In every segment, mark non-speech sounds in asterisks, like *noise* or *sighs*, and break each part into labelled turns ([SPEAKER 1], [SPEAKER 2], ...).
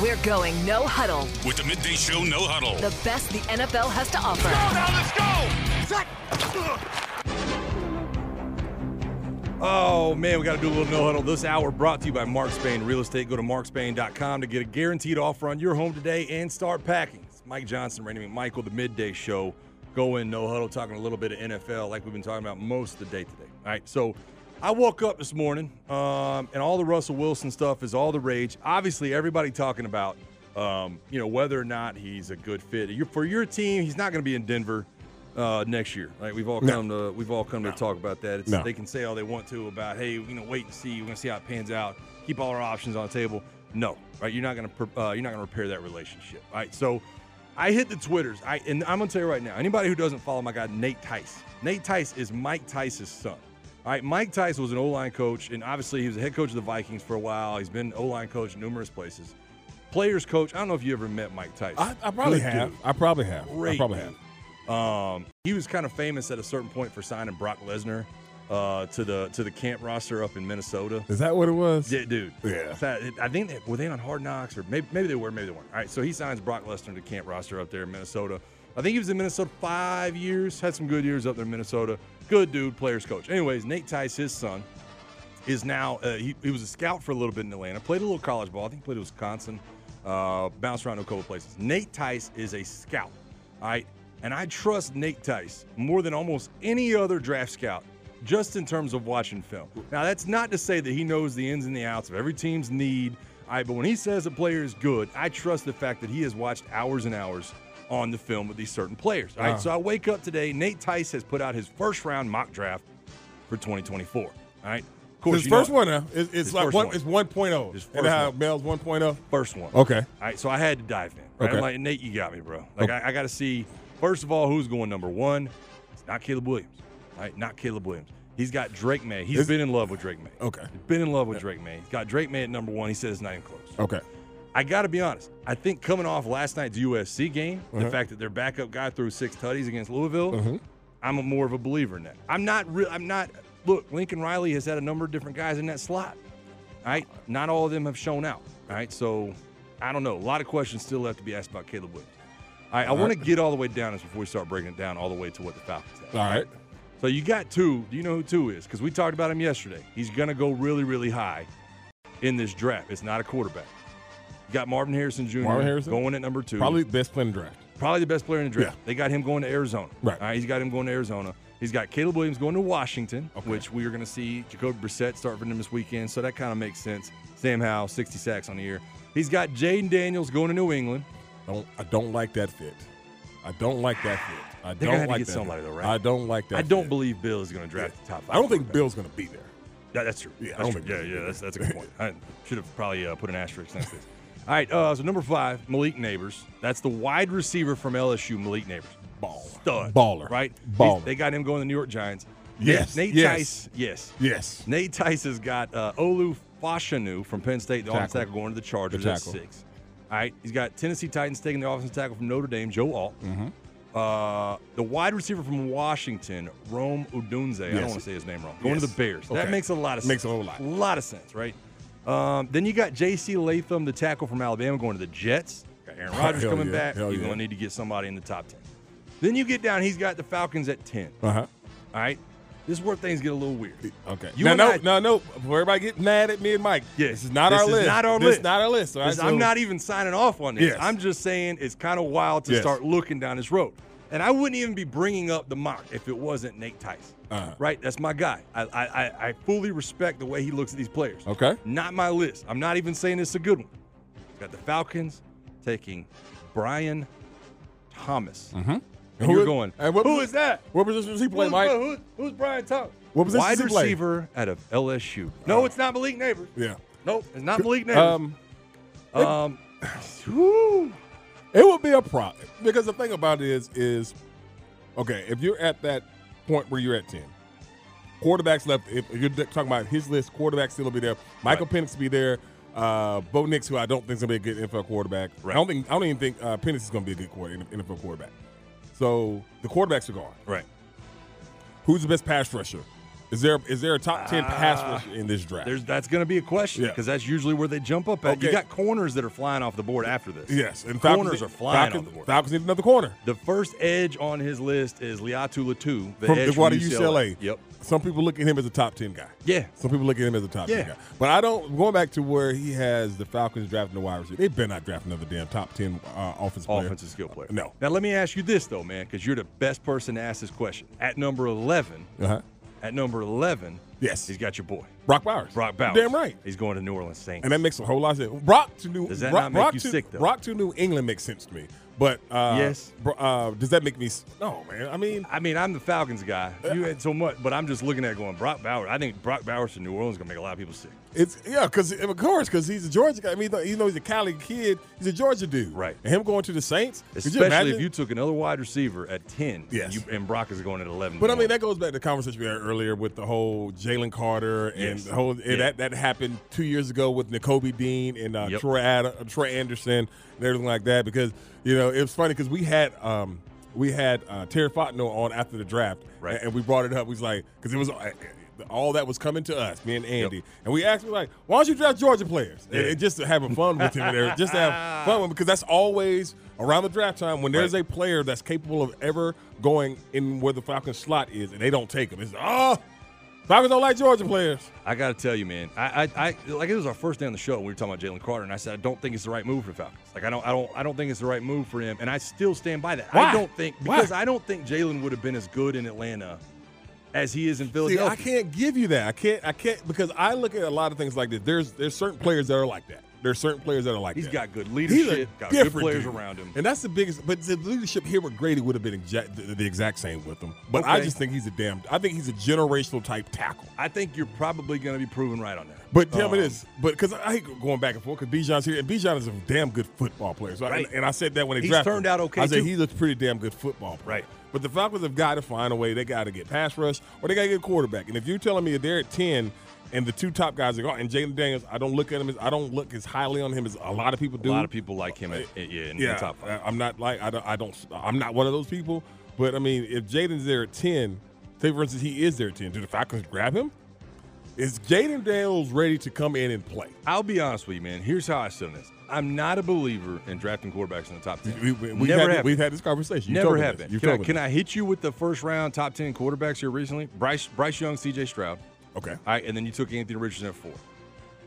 [SPEAKER 1] We're going no huddle.
[SPEAKER 2] With the midday show, no huddle.
[SPEAKER 1] The best the NFL has to offer.
[SPEAKER 3] Oh man, we got to do a little no huddle. This hour brought to you by Mark Spain Real Estate. Go to markspain.com to get a guaranteed offer on your home today and start packing. It's Mike Johnson, Randy McMichael, the midday show. Go in no huddle, talking a little bit of NFL like we've been talking about most of the day today. All right, so I woke up this morning, um, and all the Russell Wilson stuff is all the rage. Obviously, everybody talking about um, you know whether or not he's a good fit You're- for your team. He's not going to be in Denver uh, next year. Right? We've all come to we've all come to talk about that. It's,
[SPEAKER 4] No.
[SPEAKER 3] They can say all they want to about hey, you know, wait and see. We're going to see how it pans out. Keep all our options on the table. No, right? You're not going to uh, you're not going to repair that relationship. All right, so. I hit the Twitters. I and I'm gonna tell you right now. Anybody who doesn't follow my guy Nate Tice. Nate Tice is Mike Tice's son. All right, Mike Tice was an O-line coach, and obviously he was a head coach of the Vikings for a while. He's been O-line coach in numerous places. Players coach. I don't know if you ever met Mike Tice.
[SPEAKER 4] I, I probably
[SPEAKER 3] Good
[SPEAKER 4] have.
[SPEAKER 3] dude.
[SPEAKER 4] I probably have.
[SPEAKER 3] Great
[SPEAKER 4] I probably
[SPEAKER 3] dude.
[SPEAKER 4] have.
[SPEAKER 3] Um, he was kind of famous at a certain point for signing Brock Lesnar uh, to the to the camp roster up in Minnesota.
[SPEAKER 4] Is that what it was?
[SPEAKER 3] Yeah, dude.
[SPEAKER 4] Yeah.
[SPEAKER 3] So, I- I think they, were they on Hard Knocks or maybe maybe they were, maybe they weren't. All right, so he signs Brock Lesnar to camp roster up there in Minnesota. I think he was in Minnesota five years, had some good years up there in Minnesota. Good dude, players coach. Anyways, Nate Tice, his son, is now uh, he, he was a scout for a little bit in Atlanta. Played a little college ball. I think he played at Wisconsin. Uh, bounced around to a couple places. Nate Tice is a scout. All right, and I trust Nate Tice more than almost any other draft scout, just in terms of watching film. Now that's not to say that he knows the ins and the outs of every team's need. All right, but when he says a player is good, I trust the fact that he has watched hours and hours on the film with these certain players. All right, so I wake up today. Nate Tice has put out his first round mock draft for 2024. All right, of course,
[SPEAKER 4] His
[SPEAKER 3] you
[SPEAKER 4] first
[SPEAKER 3] know-
[SPEAKER 4] one now. It's, it's
[SPEAKER 3] His
[SPEAKER 4] like
[SPEAKER 3] first
[SPEAKER 4] one, oh.
[SPEAKER 3] one.
[SPEAKER 4] It's 1.0.
[SPEAKER 3] His
[SPEAKER 4] You
[SPEAKER 3] first
[SPEAKER 4] know how
[SPEAKER 3] one.
[SPEAKER 4] Bell's 1.0?
[SPEAKER 3] First one.
[SPEAKER 4] Okay.
[SPEAKER 3] All right, so I had to dive in. Right? I'm
[SPEAKER 4] Okay.
[SPEAKER 3] like, Nate, you got me, bro. Like,
[SPEAKER 4] Okay.
[SPEAKER 3] I, I got to see, first of all, who's going number one. It's not Caleb Williams. All right, not Caleb Williams. He's got Drake May. He's
[SPEAKER 4] Is-
[SPEAKER 3] been in love with Drake May.
[SPEAKER 4] Okay.
[SPEAKER 3] He's been in love with Drake May. He's got Drake May at number one. He says it's not even close.
[SPEAKER 4] Okay.
[SPEAKER 3] I got to be honest. I think coming off last night's USC game, the fact that their backup guy threw six tutties against Louisville, I'm a more of a believer in that. I'm not real. I'm not. Look, Lincoln Riley has had a number of different guys in that slot. All right, not all of them have shown out. All right, so I don't know. A lot of questions still left to be asked about Caleb Williams. All right, I want to get all the way down this before we start breaking it down all the way to what the Falcons have.
[SPEAKER 4] All right.
[SPEAKER 3] So you got two. Do you know who two is? Because we talked about him yesterday. He's gonna go really, really high in this draft. It's not a quarterback. You got Marvin Harrison Jr.
[SPEAKER 4] Marvin Harrison?
[SPEAKER 3] going at number two.
[SPEAKER 4] Probably best player in the draft.
[SPEAKER 3] Probably the best player in the draft.
[SPEAKER 4] Yeah.
[SPEAKER 3] They got him going to Arizona.
[SPEAKER 4] Right.
[SPEAKER 3] All right. He's got him going to Arizona. He's got Caleb Williams going to Washington,
[SPEAKER 4] Okay.
[SPEAKER 3] which we are going to see Jacob Brissett start for them this weekend. So that kind of makes sense. Sam Howell, 60 sacks on the year. He's got Jaden Daniels going to New England.
[SPEAKER 4] Don't, I don't like that fit. I don't like that fit. I
[SPEAKER 3] They're
[SPEAKER 4] don't
[SPEAKER 3] gonna have to
[SPEAKER 4] like
[SPEAKER 3] get
[SPEAKER 4] that
[SPEAKER 3] somebody,
[SPEAKER 4] fit.
[SPEAKER 3] though, right?
[SPEAKER 4] I don't like that.
[SPEAKER 3] I don't
[SPEAKER 4] fit.
[SPEAKER 3] believe Bill is going to draft the top five.
[SPEAKER 4] I don't think
[SPEAKER 3] quarterback.
[SPEAKER 4] Bill's going to be there.
[SPEAKER 3] Yeah, that's true.
[SPEAKER 4] Yeah, I
[SPEAKER 3] that's
[SPEAKER 4] don't
[SPEAKER 3] true.
[SPEAKER 4] think
[SPEAKER 3] yeah,
[SPEAKER 4] that's
[SPEAKER 3] yeah
[SPEAKER 4] good.
[SPEAKER 3] that's, that's a good point. I should have probably uh, put an asterisk next to this. *laughs* All right, uh, so number five, Malik Neighbors. That's the wide receiver from LSU, Malik Neighbors.
[SPEAKER 4] Baller.
[SPEAKER 3] Stud.
[SPEAKER 4] Baller.
[SPEAKER 3] Right?
[SPEAKER 4] Baller.
[SPEAKER 3] He's- they got him going to the New York Giants.
[SPEAKER 4] Yes,
[SPEAKER 3] Nate, Nate
[SPEAKER 4] yes.
[SPEAKER 3] Tice. Yes.
[SPEAKER 4] Yes.
[SPEAKER 3] Nate Tice has got uh, Olu Fashanu from Penn State, the offensive
[SPEAKER 4] Tackle.
[SPEAKER 3] tackle, going to the Chargers
[SPEAKER 4] The
[SPEAKER 3] at
[SPEAKER 4] tackle.
[SPEAKER 3] six. All right, he's got Tennessee Titans taking the offensive tackle from Notre Dame, Joe Alt.
[SPEAKER 4] Mm-hmm.
[SPEAKER 3] Uh, the wide receiver from Washington, Rome Udunze. I don't
[SPEAKER 4] Yes.
[SPEAKER 3] want to say his name wrong. Going to
[SPEAKER 4] Yes.
[SPEAKER 3] the Bears. That
[SPEAKER 4] Okay.
[SPEAKER 3] makes a lot of sense.
[SPEAKER 4] Makes a whole lot.
[SPEAKER 3] A lot of sense, right? Um, then you got J.C. Latham, the tackle from Alabama, going to the Jets. Got Aaron Rodgers
[SPEAKER 4] Hell
[SPEAKER 3] coming
[SPEAKER 4] yeah.
[SPEAKER 3] back.
[SPEAKER 4] Hell
[SPEAKER 3] You're
[SPEAKER 4] yeah.
[SPEAKER 3] going to need to get somebody in the top ten. Then you get down. He's got the Falcons at ten.
[SPEAKER 4] Uh huh.
[SPEAKER 3] All right, this is where things get a little weird.
[SPEAKER 4] Okay.
[SPEAKER 3] You
[SPEAKER 4] now,
[SPEAKER 3] and
[SPEAKER 4] no, no,
[SPEAKER 3] I-
[SPEAKER 4] no. Before everybody get mad at me and Mike,
[SPEAKER 3] Yeah.
[SPEAKER 4] this is not
[SPEAKER 3] This
[SPEAKER 4] our
[SPEAKER 3] is
[SPEAKER 4] list.
[SPEAKER 3] not our
[SPEAKER 4] this
[SPEAKER 3] list.
[SPEAKER 4] Is not our list. All right?
[SPEAKER 3] Because
[SPEAKER 4] So-
[SPEAKER 3] I'm not even signing off on this.
[SPEAKER 4] Yes.
[SPEAKER 3] I'm just saying it's kind of wild to
[SPEAKER 4] Yes.
[SPEAKER 3] start looking down this road. And I wouldn't even be bringing up the mock if it wasn't Nate Tice.
[SPEAKER 4] Uh-huh.
[SPEAKER 3] Right? That's my guy. I, I, I- I fully respect the way he looks at these players.
[SPEAKER 4] Okay.
[SPEAKER 3] Not my list. I'm not even saying it's a good one. Got the Falcons taking Brian Thomas.
[SPEAKER 4] Mm-hmm.
[SPEAKER 3] And you're going,
[SPEAKER 4] and what-
[SPEAKER 3] who is that?
[SPEAKER 4] What position does he play,
[SPEAKER 3] who's,
[SPEAKER 4] Mike?
[SPEAKER 3] who- who's Brian Thomas?
[SPEAKER 4] What position
[SPEAKER 3] Wide
[SPEAKER 4] does he play? Oh.
[SPEAKER 3] receiver out of LSU. No, it's not Malik Neighbors.
[SPEAKER 4] Yeah.
[SPEAKER 3] Nope, it's not Malik Neighbors.
[SPEAKER 4] Um,
[SPEAKER 3] Um, *sighs*
[SPEAKER 4] It would be a problem because the thing about it is, is okay if you're at that point where you're at ten, quarterbacks left. If you're talking about his list, quarterbacks still will be there. Michael Penix will be there. Uh, Bo Nix, who I don't think is gonna be a good NFL quarterback. I don't think I don't even think uh, Penix is gonna be a good quarter, NFL quarterback. So the quarterbacks are gone.
[SPEAKER 3] right.
[SPEAKER 4] Who's the best pass rusher? Is there is there a top ten pass rusher in this draft?
[SPEAKER 3] Ah, There's that's going to be a question
[SPEAKER 4] Yeah.
[SPEAKER 3] because that's usually where they jump up at. You
[SPEAKER 4] Okay.
[SPEAKER 3] got corners that are flying off the board after this.
[SPEAKER 4] yes, and
[SPEAKER 3] corners
[SPEAKER 4] Falcons-
[SPEAKER 3] are flying
[SPEAKER 4] Falcons,
[SPEAKER 3] off the board.
[SPEAKER 4] Falcons need another corner.
[SPEAKER 3] The first edge on his list is Liatu Latu, the
[SPEAKER 4] from
[SPEAKER 3] edge
[SPEAKER 4] the
[SPEAKER 3] from
[SPEAKER 4] water UCLA.
[SPEAKER 3] Yep.
[SPEAKER 4] Some people look at him as a top ten guy.
[SPEAKER 3] Yeah.
[SPEAKER 4] Some people look at him as a top
[SPEAKER 3] Yeah.
[SPEAKER 4] ten guy. But I don't going back to where he has the Falcons drafting the wide receiver. They better not draft another damn top ten uh, offensive player.
[SPEAKER 3] Offensive skill player.
[SPEAKER 4] No.
[SPEAKER 3] Now let me ask you this though, man, because you're the best person to ask this question. At number 11,
[SPEAKER 4] Uh-huh.
[SPEAKER 3] at number 11,
[SPEAKER 4] Yes.
[SPEAKER 3] he's got your boy
[SPEAKER 4] Brock Bowers.
[SPEAKER 3] Brock Bowers.
[SPEAKER 4] Damn right.
[SPEAKER 3] He's going to New Orleans Saints.
[SPEAKER 4] And that makes a whole lot of sense. Brock to New
[SPEAKER 3] Does that
[SPEAKER 4] Brock,
[SPEAKER 3] not make
[SPEAKER 4] Brock
[SPEAKER 3] you
[SPEAKER 4] to,
[SPEAKER 3] sick, though?
[SPEAKER 4] Brock to New England makes sense to me. But uh,
[SPEAKER 3] Yes.
[SPEAKER 4] bro- uh, does that make me? s- No, man. I mean,
[SPEAKER 3] I mean, I'm the Falcons guy. You had so much, but I'm just looking at going Brock Bowers. I think Brock Bowers to New Orleans is gonna make a lot of people sick.
[SPEAKER 4] It's yeah, because of course, because he's a Georgia guy. I mean, even though he's a Cali kid, he's a Georgia dude.
[SPEAKER 3] Right.
[SPEAKER 4] And him going to the Saints, could you
[SPEAKER 3] Especially if
[SPEAKER 4] imagine?
[SPEAKER 3] you took another wide receiver at 10
[SPEAKER 4] Yes.
[SPEAKER 3] you, and Brock is going at 11.
[SPEAKER 4] But I mean, that goes back to the conversation we had earlier with the whole Jalen Carter and
[SPEAKER 3] Yes.
[SPEAKER 4] the whole and
[SPEAKER 3] Yeah.
[SPEAKER 4] that that happened two years ago with N'Kobe Dean and uh,
[SPEAKER 3] Yep.
[SPEAKER 4] Troy Ad, uh, Troy Anderson and everything like that. Because you know it was funny because we had um we had uh, Terry Fontenot on after the draft,
[SPEAKER 3] Right.
[SPEAKER 4] And, and we brought it up. We was like, because it was. uh, all that was coming to us, me and Andy, and we asked him like, "Why don't you draft Georgia players?" And,
[SPEAKER 3] Yeah.
[SPEAKER 4] and just to having fun with him, and everything, just to
[SPEAKER 3] *laughs*
[SPEAKER 4] have fun with him, because that's always around the draft time when there's
[SPEAKER 3] Right.
[SPEAKER 4] a player that's capable of ever going in where the Falcons slot is, and they don't take him. It's oh, Falcons don't like Georgia players.
[SPEAKER 3] I got to tell you, man. I, I, I, like it was our first day on the show. and We were talking about Jalen Carter, and I said I don't think it's the right move for the Falcons. Like I don't, I don't, I don't think it's the right move for him, and I still stand by that.
[SPEAKER 4] Why?
[SPEAKER 3] I don't think
[SPEAKER 4] Why?
[SPEAKER 3] because I don't think Jalen would have been as good in Atlanta as he is in
[SPEAKER 4] See, I
[SPEAKER 3] Philadelphia.
[SPEAKER 4] can't give you that. I can't. I can't because I look at a lot of things like this. There's there's certain players that are like that. There's certain players that are like
[SPEAKER 3] He's
[SPEAKER 4] that.
[SPEAKER 3] got good
[SPEAKER 4] He's a
[SPEAKER 3] leadership, got good
[SPEAKER 4] different
[SPEAKER 3] players
[SPEAKER 4] dude.
[SPEAKER 3] around him.
[SPEAKER 4] and that's the biggest. But the leadership here with Grady would have been exact, the, the exact same with him. But I
[SPEAKER 3] Okay.
[SPEAKER 4] just think he's a damn. I think he's a generational type tackle.
[SPEAKER 3] I think you're probably going to be proven right on that.
[SPEAKER 4] But tell me
[SPEAKER 3] Um,
[SPEAKER 4] this, but because I hate going back and forth, because Bijan's here, and Bijan is a damn good football player. So I-
[SPEAKER 3] Right.
[SPEAKER 4] and, I said that when they
[SPEAKER 3] He's
[SPEAKER 4] drafted
[SPEAKER 3] turned
[SPEAKER 4] him.
[SPEAKER 3] out okay,
[SPEAKER 4] I said
[SPEAKER 3] too.
[SPEAKER 4] he's a pretty damn good football player.
[SPEAKER 3] Right.
[SPEAKER 4] But the Falcons have got to find a way. They got to get pass rush, or they got to get a quarterback. And if you're telling me that they're at ten, and the two top guys are gone, and Jalen Daniels, I don't look at him as I don't look as highly on him as a lot of people
[SPEAKER 3] a
[SPEAKER 4] do.
[SPEAKER 3] lot of people like him at, at- yeah, in the
[SPEAKER 4] yeah,
[SPEAKER 3] top five.
[SPEAKER 4] I- I'm not like I don't, I don't I'm not one of those people. But I mean, if Jaden's there at ten, say for instance he is there at ten, do the Falcons grab him? Is Jaden Daniels ready to come in and play?
[SPEAKER 3] I'll be honest with you, man. Here's how I sit on this. I'm not a believer in drafting quarterbacks in the top ten.
[SPEAKER 4] We, we, we've,
[SPEAKER 3] Never
[SPEAKER 4] had,
[SPEAKER 3] have.
[SPEAKER 4] we've had this conversation. You
[SPEAKER 3] Never
[SPEAKER 4] told me this.
[SPEAKER 3] happened.
[SPEAKER 4] You
[SPEAKER 3] Can, I,
[SPEAKER 4] told me
[SPEAKER 3] can
[SPEAKER 4] this.
[SPEAKER 3] I hit you with the first round top ten quarterbacks here recently? Bryce Bryce Young, C.J. Stroud.
[SPEAKER 4] Okay.
[SPEAKER 3] All right, and then you took Anthony Richardson at four.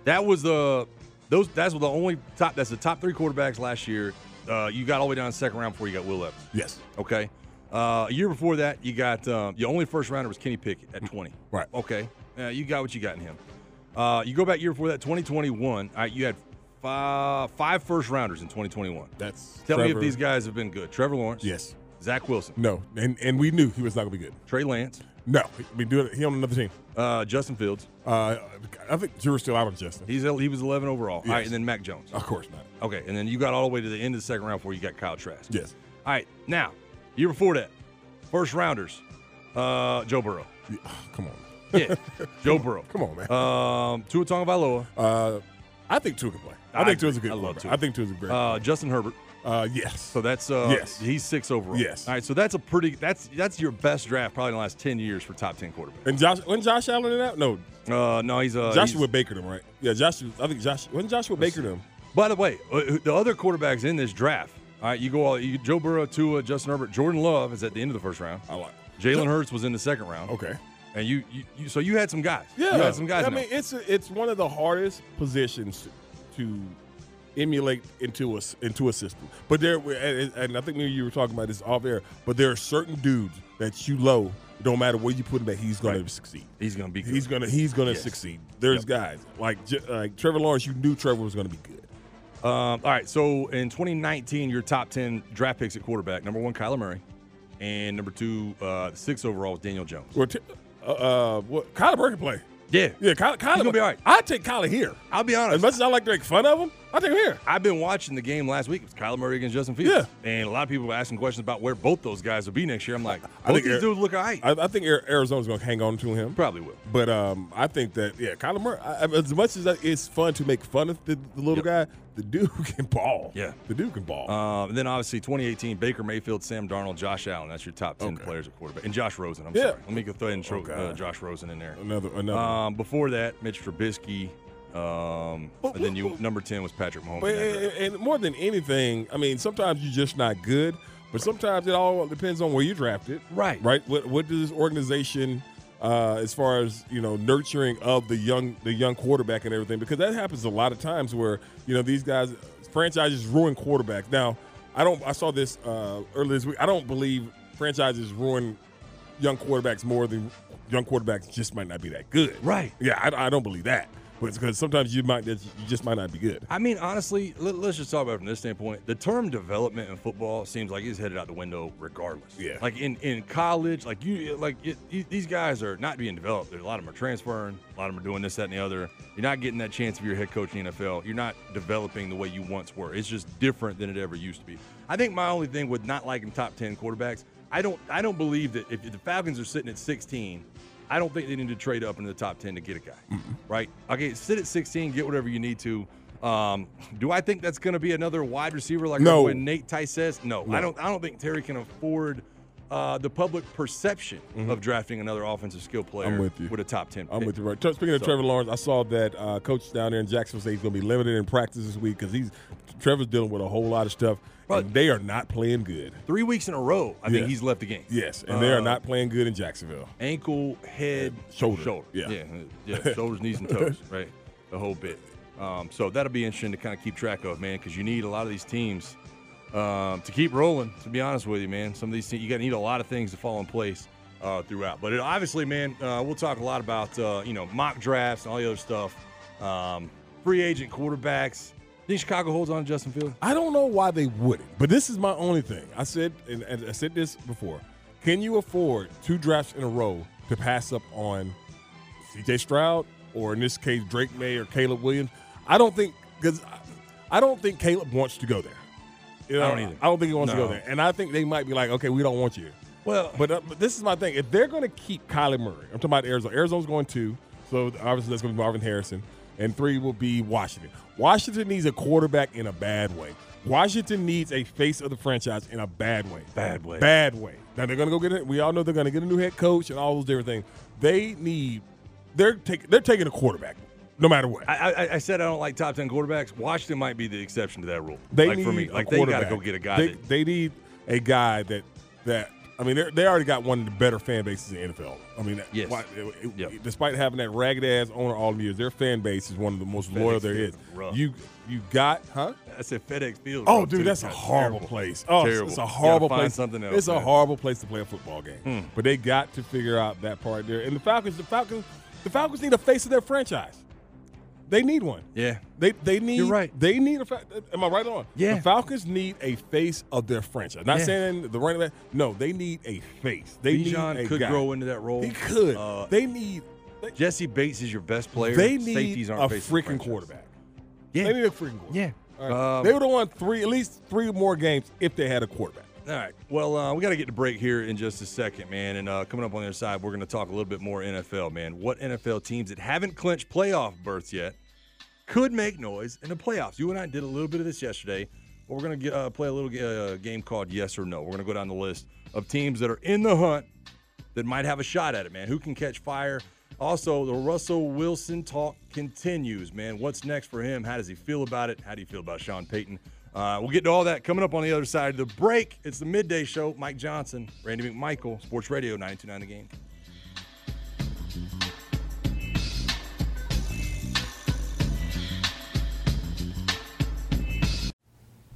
[SPEAKER 3] That was the those. That's the only top. That's the top three quarterbacks last year. Uh, you got all the way down to the second round before you got Will Evans.
[SPEAKER 4] Yes.
[SPEAKER 3] Okay. Uh, a year before that, you got um, your only first rounder was Kenny Pickett at 20.
[SPEAKER 4] *laughs* Right.
[SPEAKER 3] Okay. Uh, you got what you got in him. Uh, you go back year before that, 2021. All right, you had five, five first rounders in 2021.
[SPEAKER 4] That's
[SPEAKER 3] Tell me if
[SPEAKER 4] Trevor.
[SPEAKER 3] these guys have been good. Trevor Lawrence.
[SPEAKER 4] Yes.
[SPEAKER 3] Zach Wilson.
[SPEAKER 4] No, and and we knew he was not going to be good.
[SPEAKER 3] Trey Lance.
[SPEAKER 4] No, we do it. He on another team.
[SPEAKER 3] Uh, Justin Fields.
[SPEAKER 4] Uh, I think Drew's still out on Justin.
[SPEAKER 3] He's he was 11 overall. All right,
[SPEAKER 4] Yes.
[SPEAKER 3] and then Mac Jones.
[SPEAKER 4] of course not.
[SPEAKER 3] Okay, and then you got all the way to the end of the second round before you got Kyle Trask.
[SPEAKER 4] Yes.
[SPEAKER 3] All right, now year before that, first rounders, uh, Joe Burrow.
[SPEAKER 4] Yeah, oh, Come on. *laughs*
[SPEAKER 3] Yeah, Joe Burrow.
[SPEAKER 4] Come on, man.
[SPEAKER 3] Um, Tua Tagovailoa,
[SPEAKER 4] Uh, I think two can play. I,
[SPEAKER 3] I
[SPEAKER 4] think two is a
[SPEAKER 3] agree.
[SPEAKER 4] good.
[SPEAKER 3] I love
[SPEAKER 4] quarterback.
[SPEAKER 3] Tua.
[SPEAKER 4] I think two is a great.
[SPEAKER 3] uh, Justin Herbert.
[SPEAKER 4] uh, yes.
[SPEAKER 3] So that's uh,
[SPEAKER 4] Yes.
[SPEAKER 3] he's six overall.
[SPEAKER 4] Yes.
[SPEAKER 3] All right, so that's a pretty that's that's your best draft probably in the last ten years for top ten quarterback.
[SPEAKER 4] And Josh, when Josh Allen in that? No,
[SPEAKER 3] Uh, no, he's uh,
[SPEAKER 4] Joshua
[SPEAKER 3] he's-
[SPEAKER 4] Baker them, right? Yeah, Joshua. I think Josh. When Joshua Baker them?
[SPEAKER 3] By the way, uh, the other quarterbacks in this draft. All right, you go all you, Joe Burrow, Tua, Justin Herbert, Jordan Love is at the end of the first round.
[SPEAKER 4] I like.
[SPEAKER 3] Jalen Hurts was in the second round.
[SPEAKER 4] Okay.
[SPEAKER 3] And you, you, you so you had some guys.
[SPEAKER 4] Yeah.
[SPEAKER 3] You had some guys.
[SPEAKER 4] I
[SPEAKER 3] now.
[SPEAKER 4] mean, it's it's one of the hardest positions to emulate into a s- into a system. But there, and, and I think maybe you were talking about this off air. But there are certain dudes that you low. It don't matter where you put him at, he's going
[SPEAKER 3] Right.
[SPEAKER 4] to succeed.
[SPEAKER 3] he's gonna be good.
[SPEAKER 4] He's gonna he's gonna
[SPEAKER 3] Yes.
[SPEAKER 4] succeed. There's guys like J- like Trevor Lawrence. You knew Trevor was going to be good.
[SPEAKER 3] Um, all right, so in 2019, your top 10 draft picks at quarterback number one, Kyler Murray, and number two, uh, six overall, was Daniel Jones.
[SPEAKER 4] Well, t- uh, uh, what Kyler Murray can play.
[SPEAKER 3] Yeah.
[SPEAKER 4] Yeah, Kyler, Kyler
[SPEAKER 3] gonna be all right.
[SPEAKER 4] I take Kyler here.
[SPEAKER 3] I'll be
[SPEAKER 4] As
[SPEAKER 3] honest.
[SPEAKER 4] much as I like to make fun of him, I take him here.
[SPEAKER 3] I've been watching the game last week. It was Kyler Murray against Justin Fields.
[SPEAKER 4] Yeah.
[SPEAKER 3] And a lot of people were asking questions about where both those guys will be next year. I'm like, both
[SPEAKER 4] think
[SPEAKER 3] these
[SPEAKER 4] Aaron-
[SPEAKER 3] dudes look all right.
[SPEAKER 4] I, I think Ar- Arizona's going to hang on to him.
[SPEAKER 3] Probably will.
[SPEAKER 4] But um, I think that yeah, Kyler Murray. I, I- as much as it's fun to make fun of the, the little guy, the dude *laughs* can ball.
[SPEAKER 3] Yeah.
[SPEAKER 4] the dude can ball.
[SPEAKER 3] Um, and then obviously 2018, Baker Mayfield, Sam Darnold, Josh Allen. That's your top 10
[SPEAKER 4] Okay.
[SPEAKER 3] players at quarterback. And Josh Rosen. I'm
[SPEAKER 4] Yeah.
[SPEAKER 3] sorry. Let me go throw in tro-
[SPEAKER 4] Okay.
[SPEAKER 3] uh, Josh Rosen in there.
[SPEAKER 4] another, another.
[SPEAKER 3] Um, before that, Mitch Trubisky. Um,
[SPEAKER 4] But
[SPEAKER 3] and then
[SPEAKER 4] what-
[SPEAKER 3] you
[SPEAKER 4] what-
[SPEAKER 3] number 10 was Patrick Mahomes.
[SPEAKER 4] But
[SPEAKER 3] in that draft.
[SPEAKER 4] and, and more than anything, I mean, sometimes you're just not good. But sometimes it all depends on where you drafted.
[SPEAKER 3] Right.
[SPEAKER 4] Right. What What does this organization, uh, as far as you know, nurturing of the young the young quarterback and everything, because that happens a lot of times where you know these guys franchises ruin quarterbacks. Now, I don't. I saw this uh, earlier this week. I don't believe franchises ruin young quarterbacks more than young quarterbacks just might not be that good.
[SPEAKER 3] Right.
[SPEAKER 4] Yeah, I, I don't believe that. But it's because sometimes you might you just might not be good.
[SPEAKER 3] I mean, honestly, let, us just talk about it from this standpoint. The term development in football seems like it's headed out the window, regardless.
[SPEAKER 4] Yeah.
[SPEAKER 3] Like in, in college, like you, like it, you, these guys are not being developed. There's a lot of them are transferring. A lot of them are doing this, that, and the other. You're not getting that chance if you're a head coach in the NFL. You're not developing the way you once were. It's just different than it ever used to be. I think my only thing with not liking top ten quarterbacks, I don't, I don't believe that if the Falcons are sitting at 16. I don't think they need to trade up into the top 10 to get a guy, right? Okay, sit at 16, get whatever you need to. Um, do I think that's going to be another wide receiver like
[SPEAKER 4] No.
[SPEAKER 3] when Nate Tice says? No, I don't. I don't think Terry can afford uh, the public perception of drafting another offensive skill player
[SPEAKER 4] Mm-hmm. with you.
[SPEAKER 3] a top 10
[SPEAKER 4] I'm
[SPEAKER 3] pick.
[SPEAKER 4] with you, right? Tre- Speaking of Trevor Lawrence, I saw that uh, coach down there in Jacksonville say he's going to be limited in practice this week because he's Trevor's dealing with a whole lot of stuff,
[SPEAKER 3] Right.
[SPEAKER 4] and they are not playing good.
[SPEAKER 3] Three weeks in a row, I
[SPEAKER 4] Yeah.
[SPEAKER 3] think he's left the game.
[SPEAKER 4] Yes, and they are
[SPEAKER 3] Uh,
[SPEAKER 4] not playing good in Jacksonville.
[SPEAKER 3] ankle, head,
[SPEAKER 4] Shoulder.
[SPEAKER 3] shoulder.
[SPEAKER 4] Yeah.
[SPEAKER 3] yeah, yeah, shoulders, knees,
[SPEAKER 4] *laughs*
[SPEAKER 3] and toes. Right, the whole bit. Um, so that'll be interesting to kind of keep track of, man, because you need a lot of these teams um, to keep rolling. To be honest with you, man, some of these teams you got to need a lot of things to fall in place uh, throughout. But it, obviously, man, uh, we'll talk a lot about uh, you know mock drafts and all the other stuff. Um, free agent quarterbacks. Think Chicago holds on to Justin Fields?
[SPEAKER 4] I don't know why they wouldn't, but this is my only thing. I said, and, and I said this before. Can you afford two drafts in a row to pass up on C.J. Stroud or, in this case, Drake May or Caleb Williams? I don't think because I don't think Caleb wants to go there. You
[SPEAKER 3] I don't either.
[SPEAKER 4] I don't think he wants to
[SPEAKER 3] No.
[SPEAKER 4] go there, and I think they might be like, okay, we don't want you.
[SPEAKER 3] Well,
[SPEAKER 4] But, uh, but this is my thing. If they're going to keep Kyler Murray, I'm talking about Arizona. Arizona's going two, so obviously that's going to be Marvin Harrison, and three will be Washington. Washington needs a quarterback in a bad way. Washington needs a face of the franchise in a bad way.
[SPEAKER 3] Bad way.
[SPEAKER 4] Bad way. Now they're going to go get it. We all know they're going to get a new head coach and all those different things. They need. They're taking. They're taking a quarterback, no matter what.
[SPEAKER 3] I, I, I said I don't like top ten quarterbacks. Washington might be the exception to that rule.
[SPEAKER 4] They
[SPEAKER 3] like
[SPEAKER 4] need
[SPEAKER 3] for me,
[SPEAKER 4] a
[SPEAKER 3] like they got to
[SPEAKER 4] quarterback.
[SPEAKER 3] go get a guy.
[SPEAKER 4] They,
[SPEAKER 3] that,
[SPEAKER 4] they need a guy that that I mean, they're- they already got one of the better fan bases in the NFL. I mean, that-
[SPEAKER 3] Yes.
[SPEAKER 4] why- it- it-
[SPEAKER 3] Yep.
[SPEAKER 4] despite having that ragged ass owner all the years, their fan base is one of the most loyal
[SPEAKER 3] base
[SPEAKER 4] there
[SPEAKER 3] is
[SPEAKER 4] is.
[SPEAKER 3] rough.
[SPEAKER 4] You you got huh?
[SPEAKER 3] I said FedEx Field.
[SPEAKER 4] Oh,
[SPEAKER 3] bro,
[SPEAKER 4] dude, that's a horrible
[SPEAKER 3] Terrible.
[SPEAKER 4] place. Oh, it's-
[SPEAKER 3] Terrible.
[SPEAKER 4] it's a
[SPEAKER 3] You gotta
[SPEAKER 4] horrible
[SPEAKER 3] find
[SPEAKER 4] place.
[SPEAKER 3] Something else.
[SPEAKER 4] It's a
[SPEAKER 3] man. Hmm.
[SPEAKER 4] horrible place to play a football game. But they got to figure out that part there. And the Falcons, the Falcons, the Falcons need a face of their franchise. They need one.
[SPEAKER 3] Yeah.
[SPEAKER 4] They they need.
[SPEAKER 3] You're right.
[SPEAKER 4] They need a. fa- Am I right on?
[SPEAKER 3] Yeah.
[SPEAKER 4] The Falcons need a face of their franchise. Not
[SPEAKER 3] Yeah.
[SPEAKER 4] saying the running back. No, they need a face. They need
[SPEAKER 3] Bijan
[SPEAKER 4] a
[SPEAKER 3] could
[SPEAKER 4] guy.
[SPEAKER 3] grow into that role.
[SPEAKER 4] He could.
[SPEAKER 3] Uh,
[SPEAKER 4] they need. They,
[SPEAKER 3] Jesse Bates is your best player.
[SPEAKER 4] they need
[SPEAKER 3] Safeties
[SPEAKER 4] a
[SPEAKER 3] aren't facing the
[SPEAKER 4] freaking
[SPEAKER 3] franchise.
[SPEAKER 4] quarterback.
[SPEAKER 3] Yeah.
[SPEAKER 4] They need a freaking quarterback.
[SPEAKER 3] Yeah.
[SPEAKER 4] All right.
[SPEAKER 3] Um,
[SPEAKER 4] they would have won three, at least three more games if they had a quarterback.
[SPEAKER 3] All right. Well, uh, we got to get to break here in just a second, man. And uh, coming up on the other side, we're going to talk a little bit more NFL, man. What NFL teams that haven't clinched playoff berths yet could make noise in the playoffs? You and I did a little bit of this yesterday, but we're going to uh, play a little uh, game called Yes or No. We're going to go down the list of teams that are in the hunt that might have a shot at it, man. Who can catch fire? Also, the Russell Wilson talk continues, man. What's next for him? How does he feel about it? How do you feel about Sean Payton? Uh, we'll get to all that coming up on the other side of the break. It's the midday show. Mike Johnson, Randy McMichael, Sports Radio 929 The Game.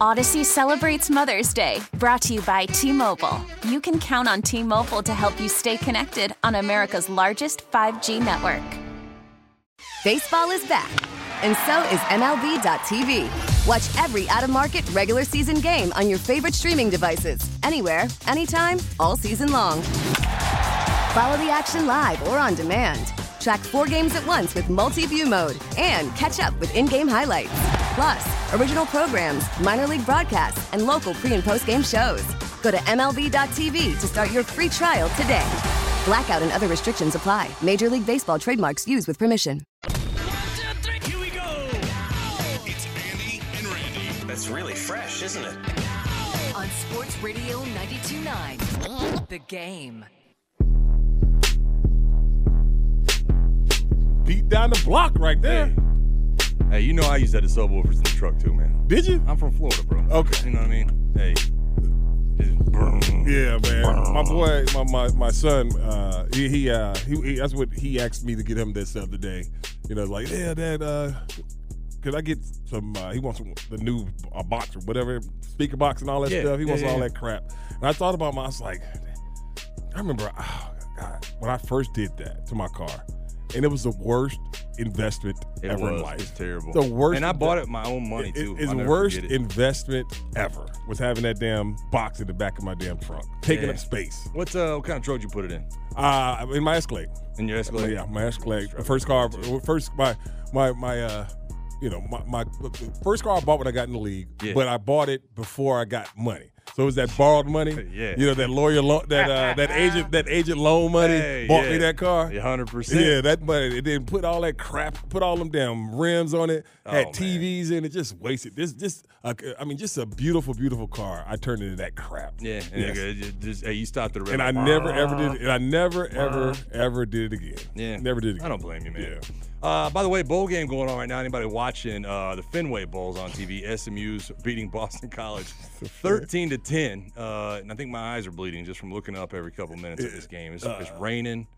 [SPEAKER 5] Odyssey celebrates Mother's Day, brought to you by T Mobile. You can count on T Mobile to help you stay connected on America's largest 5G network.
[SPEAKER 1] Baseball is back, and so is MLB.tv. Watch every out of market regular season game on your favorite streaming devices, anywhere, anytime, all season long. Follow the action live or on demand. Track four games at once with multi view mode and catch up with in game highlights. Plus, original programs, minor league broadcasts, and local pre and post game shows. Go to MLB.tv to start your free trial today. Blackout and other restrictions apply. Major League Baseball trademarks used with permission.
[SPEAKER 2] Here we go. It's Andy and Randy.
[SPEAKER 6] That's really fresh, isn't it?
[SPEAKER 1] On Sports Radio 92.9, The Game.
[SPEAKER 4] Beat down the block right there.
[SPEAKER 3] Hey. Hey, you know I use that as subwoofers in the truck too, man.
[SPEAKER 4] Did you?
[SPEAKER 3] I'm from Florida, bro.
[SPEAKER 4] Okay.
[SPEAKER 3] You know what I mean? Hey.
[SPEAKER 4] Yeah, man. My boy, my my, my son, uh, he he, uh, he he that's what he asked me to get him this the other day. You know, like yeah, dad, uh, could I get some? Uh, he wants some, the new uh, box or whatever speaker box and all that
[SPEAKER 3] Yeah,
[SPEAKER 4] stuff. He
[SPEAKER 3] yeah,
[SPEAKER 4] wants
[SPEAKER 3] yeah,
[SPEAKER 4] all
[SPEAKER 3] yeah.
[SPEAKER 4] that crap. And I thought about my, I was like, I remember, oh God, when I first did that to my car, and it was the worst investment
[SPEAKER 3] It
[SPEAKER 4] ever in
[SPEAKER 3] was.
[SPEAKER 4] life.
[SPEAKER 3] It's terrible.
[SPEAKER 4] The worst.
[SPEAKER 3] And I
[SPEAKER 4] inve-
[SPEAKER 3] bought it with my own money
[SPEAKER 4] it-
[SPEAKER 3] too.
[SPEAKER 4] It's
[SPEAKER 3] I'll never
[SPEAKER 4] worst
[SPEAKER 3] forget it.
[SPEAKER 4] investment ever was having that damn box in the back of my damn trunk, taking
[SPEAKER 3] Yeah.
[SPEAKER 4] up space.
[SPEAKER 3] What's uh what kind of truck you put it in?
[SPEAKER 4] Uh, in my Escalade.
[SPEAKER 3] In your Escalade?
[SPEAKER 4] Yeah, my Escalade. The first car, first my my my uh, you know my, my first car I bought when I got in the league,
[SPEAKER 3] Yeah.
[SPEAKER 4] but I bought it before I got money. So it was that borrowed money,
[SPEAKER 3] *laughs* Yeah.
[SPEAKER 4] You know that lawyer loan, that uh, that agent, that agent loan money
[SPEAKER 3] Hey,
[SPEAKER 4] bought
[SPEAKER 3] yeah.
[SPEAKER 4] me that car.
[SPEAKER 3] Yeah, 100%.
[SPEAKER 4] Yeah, that money. It didn't put all that crap, put all them damn rims on it, had
[SPEAKER 3] Oh, man.
[SPEAKER 4] TVs in it, just wasted. This, just, uh, I mean, just a beautiful, beautiful car. I turned into that crap. *laughs*
[SPEAKER 3] Yeah. And
[SPEAKER 4] Yes.
[SPEAKER 3] it- it just, hey, you stopped at the red
[SPEAKER 4] And I
[SPEAKER 3] light.
[SPEAKER 4] never ever did it. And I never ever ever did it again.
[SPEAKER 3] Yeah.
[SPEAKER 4] Never did it again.
[SPEAKER 3] I don't blame you, man. Uh, by the way, bowl game going on right now. Anybody watching uh, the Fenway Bowls on TV? SMU's *laughs* beating Boston College, thirteen to ten. Uh, and I think my eyes are bleeding just from looking up every couple minutes of this game. It's,
[SPEAKER 4] uh,
[SPEAKER 3] it's raining.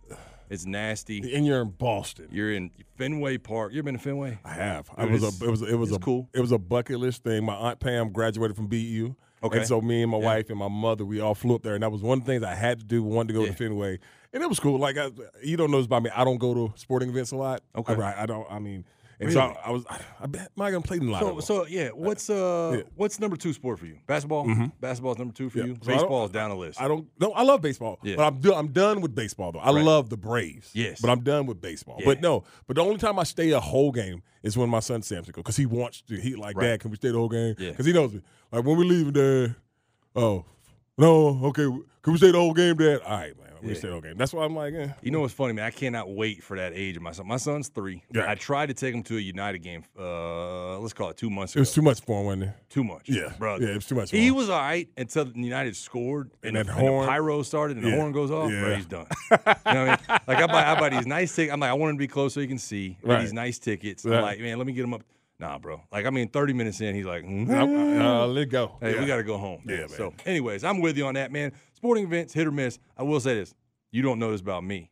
[SPEAKER 3] It's
[SPEAKER 4] Yeah.
[SPEAKER 3] nasty.
[SPEAKER 4] And you're in Boston.
[SPEAKER 3] You're in Fenway Park. You ever been to Fenway?
[SPEAKER 4] I have. I
[SPEAKER 3] Dude,
[SPEAKER 4] was
[SPEAKER 3] it's-
[SPEAKER 4] a. It was. It was a.
[SPEAKER 3] it's cool.
[SPEAKER 4] It was a bucket list thing. My aunt Pam graduated from BU.
[SPEAKER 3] Okay.
[SPEAKER 4] And so me and my wife and my mother, we all flew up there, and that was one of the things I had to do. Wanted to go to Fenway, and it was cool. Like I, you don't know this about me. I don't go to sporting events a lot.
[SPEAKER 3] Okay.
[SPEAKER 4] Right. I don't. I mean, and so I,
[SPEAKER 3] Really?
[SPEAKER 4] I was. I, I bet am I gonna play in a lot
[SPEAKER 3] So,
[SPEAKER 4] of them.
[SPEAKER 3] so yeah. What's uh,
[SPEAKER 4] Yeah. Mm-hmm.
[SPEAKER 3] what's number two sport for you? Basketball. Basketball's number two for
[SPEAKER 4] Yeah.
[SPEAKER 3] you.
[SPEAKER 4] So I don't-
[SPEAKER 3] Baseball's down the list.
[SPEAKER 4] I don't. No, I love baseball,
[SPEAKER 3] Yeah.
[SPEAKER 4] but I'm do, I'm done with baseball though. I love the Braves.
[SPEAKER 3] Yes.
[SPEAKER 4] but I'm done with baseball.
[SPEAKER 3] Yeah.
[SPEAKER 4] But no, but the only time I stay a whole game is when my son Sam's go because he wants to. He like,
[SPEAKER 3] Right.
[SPEAKER 4] Dad, can we stay the whole game?
[SPEAKER 3] Yeah.
[SPEAKER 4] because he knows me. Like when we leave, Dad. Oh no, okay, can we stay the whole game, Dad? All right, man, we
[SPEAKER 3] Yeah.
[SPEAKER 4] stay the whole game. That's why I'm like, eh.
[SPEAKER 3] You know what's funny, man? I cannot wait for that age of my son. My son's three.
[SPEAKER 4] Yeah.
[SPEAKER 3] I tried to take him to a United game. Uh, let's call it two months
[SPEAKER 4] it
[SPEAKER 3] ago.
[SPEAKER 4] was too much for him, wasn't it?
[SPEAKER 3] Too much.
[SPEAKER 4] Yeah.
[SPEAKER 3] bro.
[SPEAKER 4] Yeah, it was too much for
[SPEAKER 3] He
[SPEAKER 4] him.
[SPEAKER 3] was all right until the United scored and,
[SPEAKER 4] And that
[SPEAKER 3] the,
[SPEAKER 4] horn.
[SPEAKER 3] the pyro started and
[SPEAKER 4] Yeah.
[SPEAKER 3] the horn goes off. Bro,
[SPEAKER 4] Yeah.
[SPEAKER 3] he's done. you know what
[SPEAKER 4] *laughs*
[SPEAKER 3] I mean? Like I buy, I buy these nice tickets. I'm like, I want him to be close so he can see. Get
[SPEAKER 4] Right.
[SPEAKER 3] These nice tickets.
[SPEAKER 4] Right.
[SPEAKER 3] I'm like, man, let me get him up. Nah, bro. Like I mean, 30 minutes in, he's like, mm,
[SPEAKER 4] Uh, uh, let it go.
[SPEAKER 3] Hey,
[SPEAKER 4] Yeah.
[SPEAKER 3] we got to go home.
[SPEAKER 4] Yeah,
[SPEAKER 3] man.
[SPEAKER 4] man.
[SPEAKER 3] So, anyways, I'm with you on that, man. Sporting events, hit or miss. I will say this: you don't know this about me.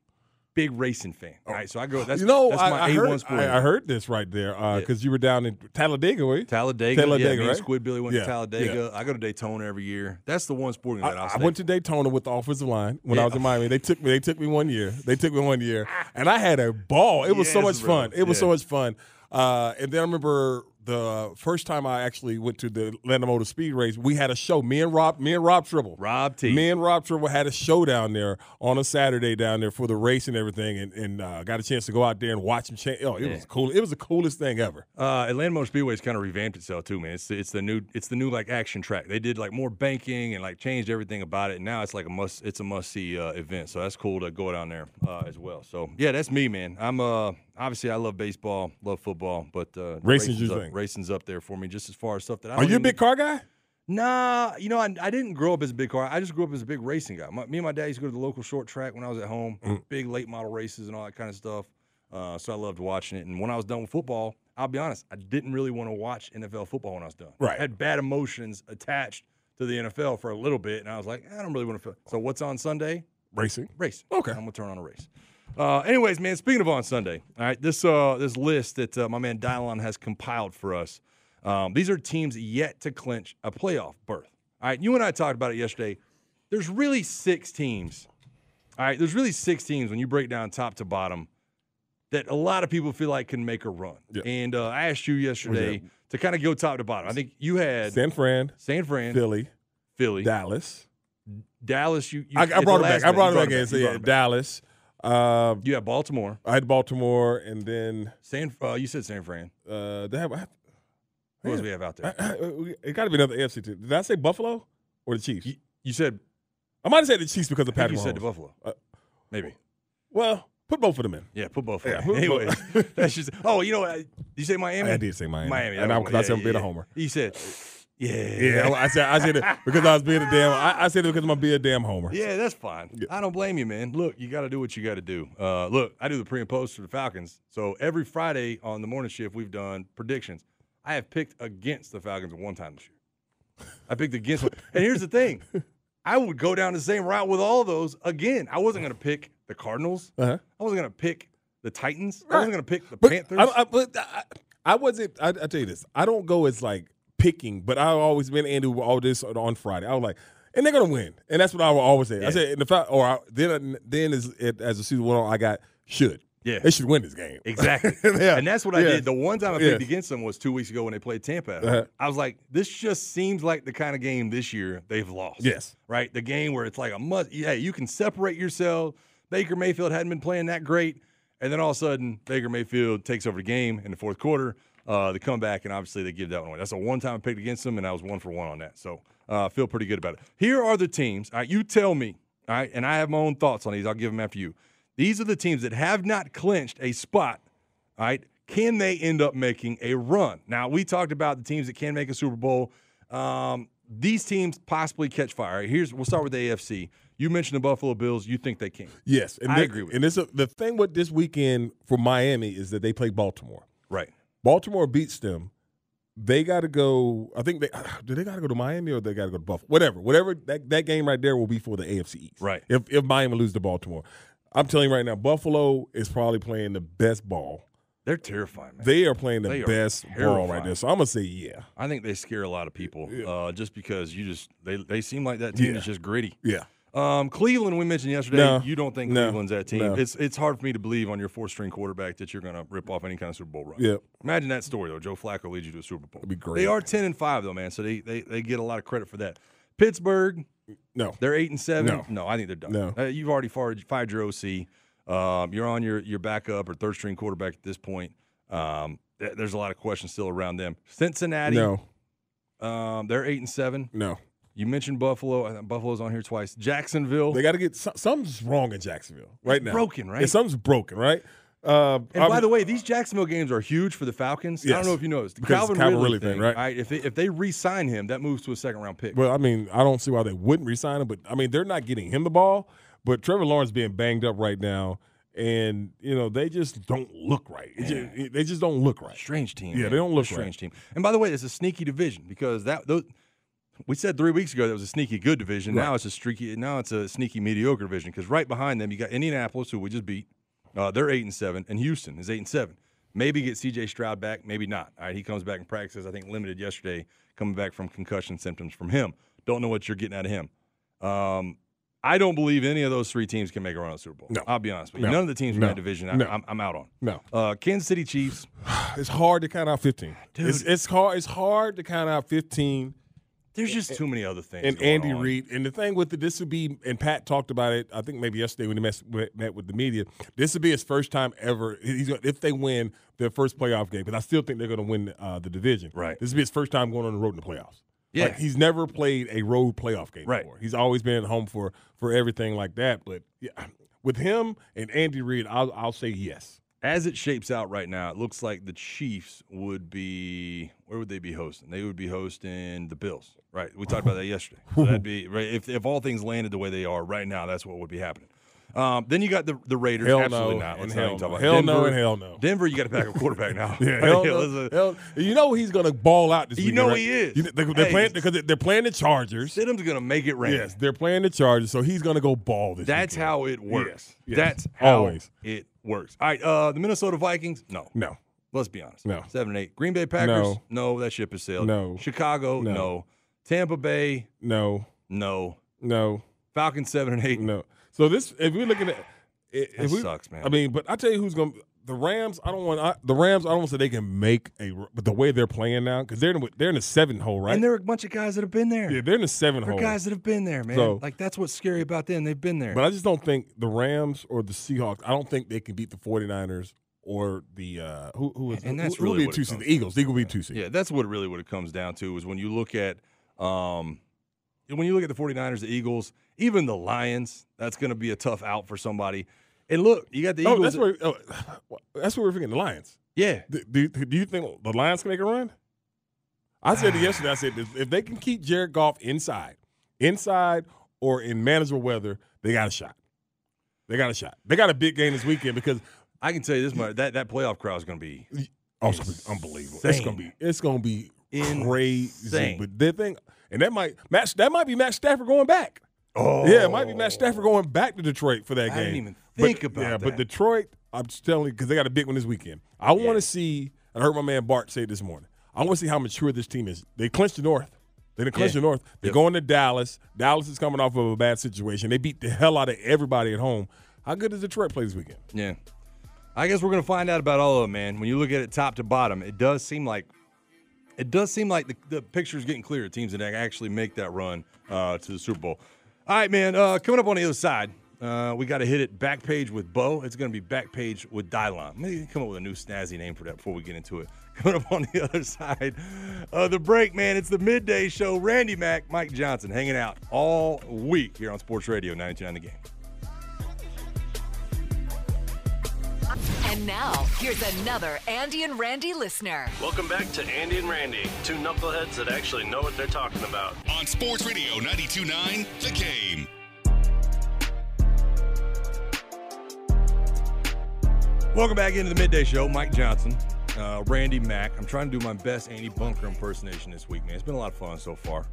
[SPEAKER 3] Big racing fan. All right, so I go.
[SPEAKER 4] Oh.
[SPEAKER 3] That's
[SPEAKER 4] you know,
[SPEAKER 3] that's
[SPEAKER 4] I,
[SPEAKER 3] my
[SPEAKER 4] I
[SPEAKER 3] A1
[SPEAKER 4] heard,
[SPEAKER 3] sport.
[SPEAKER 4] I, I heard this right there because you were down in Talladega, were you?
[SPEAKER 3] Talladega.
[SPEAKER 4] Talladega,
[SPEAKER 3] yeah, me and
[SPEAKER 4] right?
[SPEAKER 3] Squidbilly went
[SPEAKER 4] Yeah,
[SPEAKER 3] to Talladega. I go to Daytona every year. That's the one sporting
[SPEAKER 4] I,
[SPEAKER 3] event I'll
[SPEAKER 4] I
[SPEAKER 3] stay
[SPEAKER 4] went to Daytona with the offensive line when I
[SPEAKER 3] Yeah.
[SPEAKER 4] was in Miami. They took me. They took me one year. They took me one
[SPEAKER 3] *laughs*
[SPEAKER 4] year, and I had a ball. It was so
[SPEAKER 3] Yes,
[SPEAKER 4] much
[SPEAKER 3] bro.
[SPEAKER 4] fun. It was so
[SPEAKER 3] Yeah.
[SPEAKER 4] much fun. Uh, and then I remember the first time I actually went to the Atlanta Motor Speed Race. We had a show. Me and Rob. Me and Rob Tribble.
[SPEAKER 3] Rob T.
[SPEAKER 4] Me and Rob Tribble had a show down there on a Saturday down there for the race and everything, and, and uh, got a chance to go out there and watch him. Cha- oh, it was cool. It was the coolest thing ever.
[SPEAKER 3] Uh, Atlanta Motor Speedway's kind of revamped itself too, man. It's it's the new it's the new like action track. They did like more banking and like changed everything about it. And now it's like a must it's a must see uh, event. So that's cool to go down there uh, as well. So yeah, that's me, man. I'm uh obviously I love baseball, love football, but uh,
[SPEAKER 4] Racing's your
[SPEAKER 3] up,
[SPEAKER 4] thing.
[SPEAKER 3] racing's up there for me just as far as stuff that I
[SPEAKER 4] Are
[SPEAKER 3] don't
[SPEAKER 4] you a
[SPEAKER 3] even-
[SPEAKER 4] big car guy?
[SPEAKER 3] Nah, you know, I, I didn't grow up as a big car. I just grew up as a big racing guy. My, me and my dad used to go to the local short track when I was at home, big late model races and all that kind of stuff. Uh, so I loved watching it. And when I was done with football, I'll be honest, I didn't really want to watch NFL football when I was done.
[SPEAKER 4] Right.
[SPEAKER 3] I had bad emotions attached to the NFL for a little bit, and I was like, I don't really want to. Feel. So what's on Sunday?
[SPEAKER 4] Racing.
[SPEAKER 3] Race.
[SPEAKER 4] Okay.
[SPEAKER 3] I'm gonna turn on a race. Uh, anyways, man. Speaking of on Sunday, all right, this uh, this list that uh, my man Dylon has compiled for us. Um, these are teams yet to clinch a playoff berth. All right, you and I talked about it yesterday. There's really six teams. All right, there's really six teams when you break down top to bottom that a lot of people feel like can make a run.
[SPEAKER 4] Yeah.
[SPEAKER 3] And uh, I asked you yesterday to kind of go top to bottom. I think you had
[SPEAKER 4] San Fran,
[SPEAKER 3] San Fran,
[SPEAKER 4] Philly,
[SPEAKER 3] Philly,
[SPEAKER 4] Dallas.
[SPEAKER 3] Dallas. You, you
[SPEAKER 4] I, I
[SPEAKER 3] at the
[SPEAKER 4] brought it
[SPEAKER 3] last
[SPEAKER 4] back. I
[SPEAKER 3] minute,
[SPEAKER 4] brought it
[SPEAKER 3] you
[SPEAKER 4] back in. So
[SPEAKER 3] you
[SPEAKER 4] yeah,
[SPEAKER 3] brought it back.
[SPEAKER 4] Dallas. Uh,
[SPEAKER 3] You had Baltimore.
[SPEAKER 4] I had Baltimore, and then
[SPEAKER 3] San. Uh, you said San Fran.
[SPEAKER 4] uh, they have. I,
[SPEAKER 3] Who else
[SPEAKER 4] Man.
[SPEAKER 3] we have out
[SPEAKER 4] I,
[SPEAKER 3] there?
[SPEAKER 4] I, it got to be another AFC team. Did I say Buffalo or the Chiefs?
[SPEAKER 3] You, you said.
[SPEAKER 4] I might have said the Chiefs because of
[SPEAKER 3] I think
[SPEAKER 4] Patrick.
[SPEAKER 3] you said
[SPEAKER 4] Mahomes.
[SPEAKER 3] the Buffalo.
[SPEAKER 4] Uh,
[SPEAKER 3] Maybe.
[SPEAKER 4] Well, put both of them in.
[SPEAKER 3] Yeah, put both.
[SPEAKER 4] Yeah,
[SPEAKER 3] Yeah,
[SPEAKER 4] put both-
[SPEAKER 3] Anyways,
[SPEAKER 4] *laughs*
[SPEAKER 3] that's just. Oh, you know what? Did you say Miami?
[SPEAKER 4] I did say Miami.
[SPEAKER 3] Miami.
[SPEAKER 4] And
[SPEAKER 3] that
[SPEAKER 4] I,
[SPEAKER 3] was-
[SPEAKER 4] because I said I'm being a
[SPEAKER 3] yeah.
[SPEAKER 4] homer.
[SPEAKER 3] You said. Yeah.
[SPEAKER 4] Yeah, I said I said it because I was being a damn. I, I said it because I'm gonna be a damn homer.
[SPEAKER 3] Yeah, that's fine. I don't blame you, man. Look, you got to do what you got to do. Uh, look, I do the pre and post for the Falcons. So every Friday on the morning shift, we've done predictions. I have picked against the Falcons one time this year. I picked against one. And here's the thing I would go down the same route with all those again. I wasn't going to pick the Cardinals.
[SPEAKER 4] Uh-huh.
[SPEAKER 3] I wasn't going to pick the Titans. I wasn't going to pick the
[SPEAKER 4] But
[SPEAKER 3] Panthers.
[SPEAKER 4] I, I, but I, I wasn't. I, I tell you this. I don't go as like picking, but I always been Andy with all this on- on Friday. I was like, and they're gonna win, and that's what I will always say. I
[SPEAKER 3] Yeah.
[SPEAKER 4] said, in the fact, or I, then then as it, as the season went on, I got should.
[SPEAKER 3] Yeah.
[SPEAKER 4] they should win this game.
[SPEAKER 3] Exactly.
[SPEAKER 4] *laughs* Yeah.
[SPEAKER 3] And that's what I
[SPEAKER 4] Yeah.
[SPEAKER 3] did. The one time I picked
[SPEAKER 4] Yeah.
[SPEAKER 3] against them was two weeks ago when they played Tampa. at
[SPEAKER 4] Uh-huh.
[SPEAKER 3] home. I was like, this just seems like the kind of game this year they've lost.
[SPEAKER 4] Yes.
[SPEAKER 3] Right? The game where it's like a must. Hey, you can separate yourself. Baker Mayfield hadn't been playing that great. And then all of a sudden, Baker Mayfield takes over the game in the fourth quarter. Uh, the comeback, and obviously they give that one away. That's the one time I picked against them, and I was one for one on that. So uh, I feel pretty good about it. Here are the teams. All right, you tell me. All right, and I have my own thoughts on these. I'll give them after you. These are the teams that have not clinched a spot all right. Can they end up making a run? Now, we talked about the teams that can make a Super Bowl. Um, these teams possibly catch fire. All right, here's we'll start with the AFC. You mentioned the Buffalo Bills. You think they can?
[SPEAKER 4] Yes, and
[SPEAKER 3] I
[SPEAKER 4] they-
[SPEAKER 3] agree with
[SPEAKER 4] And this the thing with this weekend for Miami is that they play Baltimore.
[SPEAKER 3] Right.
[SPEAKER 4] Baltimore beats them. They got to go. I think they *sighs* do. They got to go to Miami or they got to go to Buffalo. Whatever, whatever. That, that game right there will be for the AFC East.
[SPEAKER 3] Right.
[SPEAKER 4] If if Miami loses to Baltimore, I'm telling you right now, Buffalo is probably playing the best ball.
[SPEAKER 3] They're terrifying, man.
[SPEAKER 4] They are playing the
[SPEAKER 3] They are
[SPEAKER 4] best ball
[SPEAKER 3] terrifying.
[SPEAKER 4] right there. So I'm gonna say yeah,
[SPEAKER 3] I think they scare a lot of people uh, just because you just they, they seem like that team
[SPEAKER 4] Yeah.
[SPEAKER 3] that's just gritty.
[SPEAKER 4] yeah.
[SPEAKER 3] Um, Cleveland, we mentioned yesterday.
[SPEAKER 4] No.
[SPEAKER 3] you don't think
[SPEAKER 4] No.
[SPEAKER 3] Cleveland's that team.
[SPEAKER 4] No.
[SPEAKER 3] It's it's hard for me to believe on your four string quarterback that you're going to rip off any kind of Super Bowl run.
[SPEAKER 4] Yeah.
[SPEAKER 3] Imagine that story though. Joe Flacco leads you to a Super Bowl.
[SPEAKER 4] That'd be great.
[SPEAKER 3] They are ten and five though, man. So they they, they get a lot of credit for that. Pittsburgh,
[SPEAKER 4] No,
[SPEAKER 3] they're eight and seven.
[SPEAKER 4] No.
[SPEAKER 3] I think they're done.
[SPEAKER 4] No.
[SPEAKER 3] Uh, you've already fired, fired your OC. Um, you're on your your backup or third string quarterback at this point. Um, th- there's a lot of questions still around them. Cincinnati,
[SPEAKER 4] no,
[SPEAKER 3] um, they're eight and seven.
[SPEAKER 4] no.
[SPEAKER 3] You mentioned Buffalo. I think Buffalo's on here twice. Jacksonville.
[SPEAKER 4] They got to get some- something's wrong in Jacksonville right now.
[SPEAKER 3] broken, right?
[SPEAKER 4] Yeah, something's broken, right? Uh,
[SPEAKER 3] And by the way, these Jacksonville games are huge for the Falcons. I
[SPEAKER 4] Yes.
[SPEAKER 3] don't know if you noticed. The
[SPEAKER 4] Because
[SPEAKER 3] Calvin,
[SPEAKER 4] it's Calvin
[SPEAKER 3] Ridley,
[SPEAKER 4] Ridley thing,
[SPEAKER 3] thing,
[SPEAKER 4] right.
[SPEAKER 3] alright, if, they, if they re-sign him, that moves to a second-round pick.
[SPEAKER 4] Well, I mean, I don't see why they wouldn't resign him, but I mean, they're not getting him the ball. But Trevor Lawrence being banged up right now, and you know they just don't look right. It ju- it- they just don't look right.
[SPEAKER 3] strange team.
[SPEAKER 4] Yeah,
[SPEAKER 3] man.
[SPEAKER 4] they don't look
[SPEAKER 3] strange team. And by the way, it's a sneaky division because that those, we said three weeks ago that was a sneaky good division. Now it's a streaky. Now it's a sneaky mediocre division because right behind them you got Indianapolis, who we just beat. Uh, they're eight and seven, and Houston is eight and seven. Maybe get C.J. Stroud back, maybe not. All right, he comes back and practices. I think limited yesterday, coming back from concussion symptoms from him. Don't know what you're getting out of him. Um, I don't believe any of those three teams can make a run at the Super Bowl.
[SPEAKER 4] No.
[SPEAKER 3] I'll be honest with you.
[SPEAKER 4] No.
[SPEAKER 3] None of the teams
[SPEAKER 4] No.
[SPEAKER 3] in that division I,
[SPEAKER 4] No.
[SPEAKER 3] I'm, I'm out on.
[SPEAKER 4] No.
[SPEAKER 3] Uh, Kansas City Chiefs.
[SPEAKER 4] It's hard to count out fifteen. It's,
[SPEAKER 3] Dude.
[SPEAKER 4] it's hard. It's hard to count out fifteen.
[SPEAKER 3] There's just too many other things.
[SPEAKER 4] And
[SPEAKER 3] going
[SPEAKER 4] Andy
[SPEAKER 3] on.
[SPEAKER 4] Reid, and the thing with the, this would be, and Pat talked about it. I think maybe yesterday when he mess, met with the media, this would be his first time ever. He's gonna, if they win their first playoff game, because I still think they're going to win uh, the division.
[SPEAKER 3] Right.
[SPEAKER 4] This would be his first time going on the road in the playoffs.
[SPEAKER 3] Yeah.
[SPEAKER 4] Like, he's never played a road playoff game
[SPEAKER 3] Right.
[SPEAKER 4] before. He's always been at home for for everything like that. But yeah, with him and Andy Reid, I'll, I'll say yes.
[SPEAKER 3] As it shapes out right now, it looks like the Chiefs would be where would they be hosting? They would be hosting the Bills, right? We talked about that yesterday. So that'd be right if if all things landed the way they are right now. That's what would be happening. Um, then you got the, the Raiders.
[SPEAKER 4] Hell
[SPEAKER 3] Absolutely
[SPEAKER 4] no
[SPEAKER 3] not.
[SPEAKER 4] and
[SPEAKER 3] Let's
[SPEAKER 4] hell
[SPEAKER 3] not even talk
[SPEAKER 4] no.
[SPEAKER 3] about
[SPEAKER 4] Hell no
[SPEAKER 3] Denver-
[SPEAKER 4] and hell no.
[SPEAKER 3] Denver, you got to back a quarterback now.
[SPEAKER 4] *laughs*
[SPEAKER 3] *laughs* uh,
[SPEAKER 4] Yeah, hell no,
[SPEAKER 3] Listen,
[SPEAKER 4] hell- you know he's gonna ball out this
[SPEAKER 3] You
[SPEAKER 4] weekend,
[SPEAKER 3] know
[SPEAKER 4] right?
[SPEAKER 3] he is.
[SPEAKER 4] You know, they, are
[SPEAKER 3] Hey.
[SPEAKER 4] playing because they're playing the Chargers.
[SPEAKER 3] Stidham's going to make it rain.
[SPEAKER 4] Yes, they're playing the Chargers, so he's gonna go ball this.
[SPEAKER 3] That's
[SPEAKER 4] weekend.
[SPEAKER 3] how it works.
[SPEAKER 4] Yes, yes.
[SPEAKER 3] That's how
[SPEAKER 4] Always.
[SPEAKER 3] it works. All right, uh, the Minnesota Vikings. No,
[SPEAKER 4] No,
[SPEAKER 3] Let's be honest.
[SPEAKER 4] No.
[SPEAKER 3] seven and eight. Green Bay Packers.
[SPEAKER 4] No.
[SPEAKER 3] No, that ship has sailed.
[SPEAKER 4] No.
[SPEAKER 3] Chicago. No.
[SPEAKER 4] No.
[SPEAKER 3] Tampa Bay.
[SPEAKER 4] no,
[SPEAKER 3] No.
[SPEAKER 4] no,
[SPEAKER 3] Falcons seven and eight.
[SPEAKER 4] no. So this, if we're looking at, if
[SPEAKER 3] That
[SPEAKER 4] we-
[SPEAKER 3] sucks, man.
[SPEAKER 4] I mean, but I tell you who's gonna the Rams. I don't want I, the Rams. I don't want to say they can make a, but the way they're playing now, because they're in, they're in the seven hole, right?
[SPEAKER 3] And there are a bunch of guys that have been there.
[SPEAKER 4] yeah, they're in the seven
[SPEAKER 3] there
[SPEAKER 4] hole.
[SPEAKER 3] are guys that have been there, man.
[SPEAKER 4] So-
[SPEAKER 3] like that's what's scary about them. They've been there.
[SPEAKER 4] But I just don't think the Rams or the Seahawks, I don't think they can beat the 49ers or the uh who who is
[SPEAKER 3] And that's
[SPEAKER 4] who, who'll
[SPEAKER 3] really
[SPEAKER 4] be
[SPEAKER 3] what it
[SPEAKER 4] two seed?
[SPEAKER 3] comes
[SPEAKER 4] The Eagles. The Eagles will be two seed.
[SPEAKER 3] yeah, that's what really what it comes down to is when you look at um when you look at the 49ers, the Eagles, even the Lions, that's gonna be a tough out for somebody. And look, you got the
[SPEAKER 4] Oh,
[SPEAKER 3] Eagles.
[SPEAKER 4] that's where oh, that's where we're thinking the Lions.
[SPEAKER 3] yeah.
[SPEAKER 4] Do, do, do you think the Lions can make a run? I said it yesterday. I said if, if they can keep Jared Goff inside, inside or in manageable weather, they got a shot. They got a shot. They got a big game this weekend because
[SPEAKER 3] I can tell you this much that, that playoff crowd is gonna be
[SPEAKER 4] Oh, it's gonna be unbelievable. It's gonna be it's gonna be crazy.
[SPEAKER 3] Insane.
[SPEAKER 4] But the thing, and that might match that might be Matt Stafford going back. Oh yeah, it might be Matt Stafford going back to Detroit for that
[SPEAKER 3] I
[SPEAKER 4] game.
[SPEAKER 3] didn't even
[SPEAKER 4] But-
[SPEAKER 3] think about
[SPEAKER 4] yeah,
[SPEAKER 3] that.
[SPEAKER 4] but Detroit, I'm just telling you because they got a big one this weekend. I want to see. I heard my man Bart say it this morning. I want to see how mature this team is. They clinched the North. They didn't clinch
[SPEAKER 3] Yeah.
[SPEAKER 4] the North. They're going to Dallas. Dallas is coming off of a bad situation. They beat the hell out of everybody at home. How good does Detroit play this weekend?
[SPEAKER 3] Yeah. I guess we're gonna find out about all of them, man. When you look at it top to bottom, it does seem like it does seem like the, the picture's getting clearer. Teams that actually make that run uh, to the Super Bowl. All right, man. Uh, coming up on the other side, uh, we got to hit it back page with Bo. It's going to be back page with Dylon. Maybe come up with a new snazzy name for that before we get into it. *laughs* Coming up on the other side of the break, man. It's the midday show. Randy Mack, Mike Johnson, hanging out all week here on Sports Radio 929 The Game.
[SPEAKER 1] And now, here's another Andy and Randy listener.
[SPEAKER 6] Welcome back to Andy and Randy, two knuckleheads that actually know what they're talking about.
[SPEAKER 2] On Sports Radio 92.9, The Game.
[SPEAKER 3] Welcome back into the midday show. Mike Johnson, uh, Randy Mack. I'm trying to do my best Andy Bunker impersonation this week, man. It's been a lot of fun so far.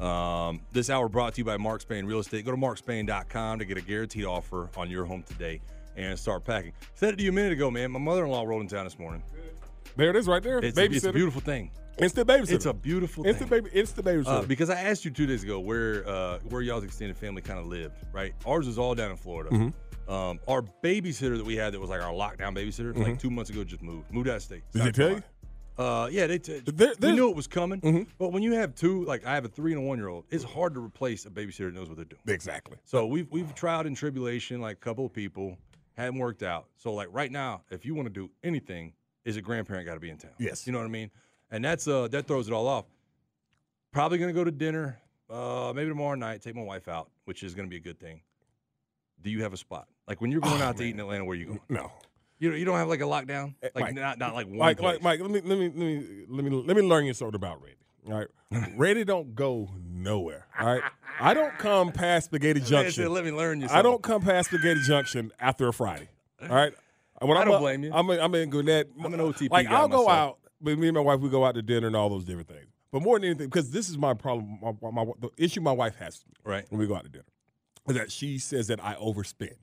[SPEAKER 3] Um, this hour brought to you by Mark Spain Real Estate. Go to markspain.com to get a guaranteed offer on your home today and start packing. Said it to you a minute ago, man. My mother-in-law rolled in town this morning.
[SPEAKER 4] There it is, right there.
[SPEAKER 3] It's,
[SPEAKER 4] Babysitter.
[SPEAKER 3] it's a beautiful thing.
[SPEAKER 4] Instant babysitter.
[SPEAKER 3] It's a beautiful
[SPEAKER 4] instant
[SPEAKER 3] thing.
[SPEAKER 4] baby. Instant babysitter.
[SPEAKER 3] Uh, because I asked you two days ago where uh, where y'all's extended family kind of lived, right? Ours is all down in Florida.
[SPEAKER 4] Mm-hmm.
[SPEAKER 3] Um, our babysitter that we had that was like our lockdown babysitter, like two months ago, just moved, moved out of state.
[SPEAKER 4] Mm-hmm. Did
[SPEAKER 3] South
[SPEAKER 4] they tell you?
[SPEAKER 3] Carolina. Uh, yeah, they t-
[SPEAKER 4] There-
[SPEAKER 3] we
[SPEAKER 4] there's- Mm-hmm.
[SPEAKER 3] knew it was coming. But when you have two, like I have a three and a one year old, it's hard to replace a babysitter that knows what they're doing.
[SPEAKER 4] Exactly.
[SPEAKER 3] So we've we've tried in tribulation, like a couple of people hadn't worked out. So like right now, if you want to do anything, is a grandparent got to be in town.
[SPEAKER 4] Yes.
[SPEAKER 3] you know what I mean. And that's uh that throws it all off. Probably gonna go to dinner, uh maybe tomorrow night. Take my wife out, which is gonna be a good thing. Do you have a spot? Like when you're going
[SPEAKER 4] Oh,
[SPEAKER 3] out to eat in Atlanta, where you going?
[SPEAKER 4] No.
[SPEAKER 3] You you don't have like a lockdown, like
[SPEAKER 4] Mike,
[SPEAKER 3] not not like one.
[SPEAKER 4] Mike,
[SPEAKER 3] place.
[SPEAKER 4] Eh, like, Mike, let me, let me, let me, let me, let me learn you something about Randy. All
[SPEAKER 3] *laughs*
[SPEAKER 4] right, Randy don't go nowhere. All right, I don't come past Spaghetti
[SPEAKER 3] Man said,
[SPEAKER 4] Junction.
[SPEAKER 3] Let me learn you.
[SPEAKER 4] I don't
[SPEAKER 3] something."
[SPEAKER 4] come past Spaghetti Junction after a Friday. All right, when
[SPEAKER 3] *laughs* I don't
[SPEAKER 4] up-
[SPEAKER 3] blame you.
[SPEAKER 4] I'm in, I'm in Gwinnett.
[SPEAKER 3] I'm an OTP
[SPEAKER 4] Like
[SPEAKER 3] guy
[SPEAKER 4] I'll go
[SPEAKER 3] myself.
[SPEAKER 4] out, but me and my wife we go out to dinner and all those different things. But more than anything, because this is my problem, my, my, my- the issue my wife has with me
[SPEAKER 3] Right.
[SPEAKER 4] when we go out to dinner is that she says that I overspend.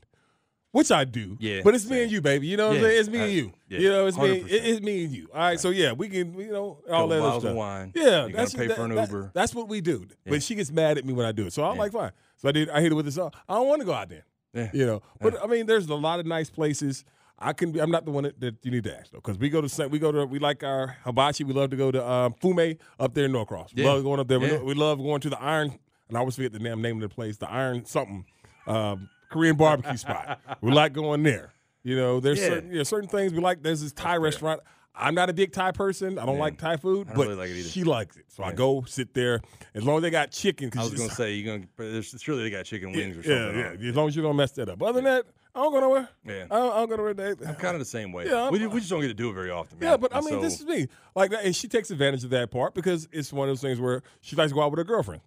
[SPEAKER 4] Which I do,
[SPEAKER 3] Yeah,
[SPEAKER 4] But it's me
[SPEAKER 3] same.
[SPEAKER 4] and you, baby. You know what
[SPEAKER 3] Yeah,
[SPEAKER 4] I'm saying? It's me
[SPEAKER 3] I-
[SPEAKER 4] and you.
[SPEAKER 3] yeah,
[SPEAKER 4] you know, it's me. It,
[SPEAKER 3] 100%.
[SPEAKER 4] it's me and you. All right, So yeah, we can. You know, all
[SPEAKER 3] Couple
[SPEAKER 4] that other
[SPEAKER 3] bottles of
[SPEAKER 4] stuff.
[SPEAKER 3] wine. You
[SPEAKER 4] Yeah,
[SPEAKER 3] gotta pay for an
[SPEAKER 4] that-
[SPEAKER 3] Uber.
[SPEAKER 4] That's what we do.
[SPEAKER 3] Yeah.
[SPEAKER 4] But she gets mad at me when I do it. So I'm like, fine. So I did. I hit it with this. I don't want to go out there.
[SPEAKER 3] Yeah.
[SPEAKER 4] You know, but I mean, there's a lot of nice places. I can be. I'm not the one that, that you need to ask though, because we go to Sa- we go to we like our hibachi. We love to go to um, Fume up there in Norcross. We
[SPEAKER 3] Yeah.
[SPEAKER 4] Love going up there. We,
[SPEAKER 3] Yeah.
[SPEAKER 4] lo- we love going to the Iron. And I always forget the damn name of the place. The Iron something um, Korean barbecue spot. We like going there. You know, there's
[SPEAKER 3] Yeah.
[SPEAKER 4] certain you know, certain things we like. There's this Thai restaurant. I'm not a big Thai person. I don't like Thai food,
[SPEAKER 3] don't
[SPEAKER 4] but
[SPEAKER 3] really like it either.
[SPEAKER 4] she likes it. So I go sit there. As long as they got chicken,
[SPEAKER 3] I
[SPEAKER 4] because
[SPEAKER 3] was
[SPEAKER 4] *laughs*
[SPEAKER 3] gonna say you gonna. There's surely they got chicken wings or
[SPEAKER 4] yeah,
[SPEAKER 3] something.
[SPEAKER 4] yeah,
[SPEAKER 3] on.
[SPEAKER 4] As long as you don't mess that up. Other than that, I don't go nowhere.
[SPEAKER 3] Yeah.
[SPEAKER 4] I don't, I don't go nowhere. They-
[SPEAKER 3] I'm kind of the same way.
[SPEAKER 4] Yeah, I'm-
[SPEAKER 3] we, we just don't get to do it very often. Man.
[SPEAKER 4] yeah, but I
[SPEAKER 3] And
[SPEAKER 4] mean,
[SPEAKER 3] so-
[SPEAKER 4] this is me. Like that, and she takes advantage of that part because it's one of those things where she likes to go out with her girlfriend.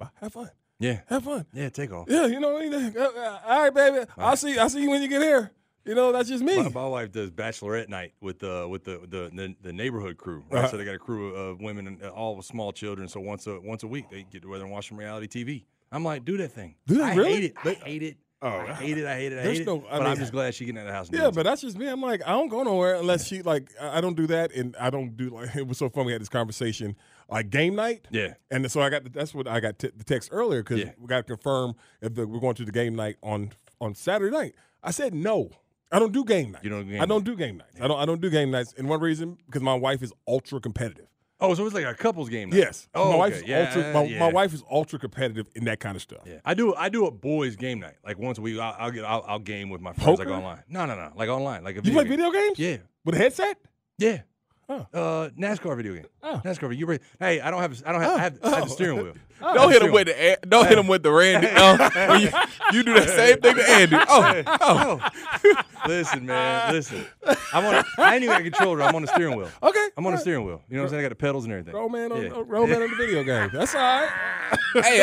[SPEAKER 4] But have fun.
[SPEAKER 3] Yeah.
[SPEAKER 4] Have fun.
[SPEAKER 3] Yeah, take off.
[SPEAKER 4] Yeah, you know what I mean? *laughs* Uh, uh, All right, baby. I'll see. I'll see you when you get here. You know, that's just me.
[SPEAKER 3] My, my wife does bachelorette night with the with the the, the, the neighborhood crew. Right?
[SPEAKER 4] Uh-huh.
[SPEAKER 3] So they got a crew of women and uh, all with small children. So once a once a week they get together and watch some reality TV. I'm like, do that thing.
[SPEAKER 4] Do they
[SPEAKER 3] I
[SPEAKER 4] really?
[SPEAKER 3] hate it. I
[SPEAKER 4] They-
[SPEAKER 3] hate it.
[SPEAKER 4] Oh,
[SPEAKER 3] I hate it. I hate it. I
[SPEAKER 4] there's
[SPEAKER 3] hate it.
[SPEAKER 4] no- I
[SPEAKER 3] but
[SPEAKER 4] mean-
[SPEAKER 3] I'm just glad she getting out of the house. and
[SPEAKER 4] Yeah,
[SPEAKER 3] doing
[SPEAKER 4] but that's just me. I'm like, I don't go nowhere unless she like. I I don't do that, and I don't do like. *laughs* It was so fun. We had this conversation like game night.
[SPEAKER 3] Yeah.
[SPEAKER 4] and so I got the, that's what I got t- the text earlier because
[SPEAKER 3] Yeah.
[SPEAKER 4] we got to confirm if the, we're going to the game night on on Saturday night. I said no. I don't do game nights.
[SPEAKER 3] You don't do game
[SPEAKER 4] I don't do game nights. I don't. I don't do game nights. And one reason because my wife is ultra competitive.
[SPEAKER 3] something. oh, so it's like a couples game. Night.
[SPEAKER 4] Yes.
[SPEAKER 3] Oh,
[SPEAKER 4] my wife
[SPEAKER 3] okay.
[SPEAKER 4] is
[SPEAKER 3] yeah,
[SPEAKER 4] ultra. My,
[SPEAKER 3] yeah.
[SPEAKER 4] my wife is ultra competitive in that kind of stuff.
[SPEAKER 3] Yeah. I do. I do a boys game night. Like once a week, I'll, I'll get. I'll, I'll game with my friends.
[SPEAKER 4] Poker?
[SPEAKER 3] Like online. No, no, no. Like online. Like a
[SPEAKER 4] You play video games?
[SPEAKER 3] Yeah.
[SPEAKER 4] With a headset?
[SPEAKER 3] Yeah.
[SPEAKER 4] Huh.
[SPEAKER 3] Uh, NASCAR video game.
[SPEAKER 4] Oh.
[SPEAKER 3] NASCAR. video- You ready? Hey, I don't have. I don't have. I, have I have the steering *laughs* wheel.
[SPEAKER 7] Don't hit him with the An- don't hit him with the
[SPEAKER 4] *laughs*
[SPEAKER 7] Randy. Oh, when you, you do that same thing to Andy. Oh,
[SPEAKER 3] Listen, *laughs* man. Listen. I'm on. A, I ain't even got a controller. I'm on the steering *laughs* wheel.
[SPEAKER 4] Okay. All
[SPEAKER 3] I'm on the
[SPEAKER 4] right.
[SPEAKER 3] steering wheel. You know what I'm saying? I got the pedals and everything.
[SPEAKER 4] Roll man on
[SPEAKER 3] Yeah.
[SPEAKER 4] uh, roll man on the video game. That's all right.
[SPEAKER 7] hey,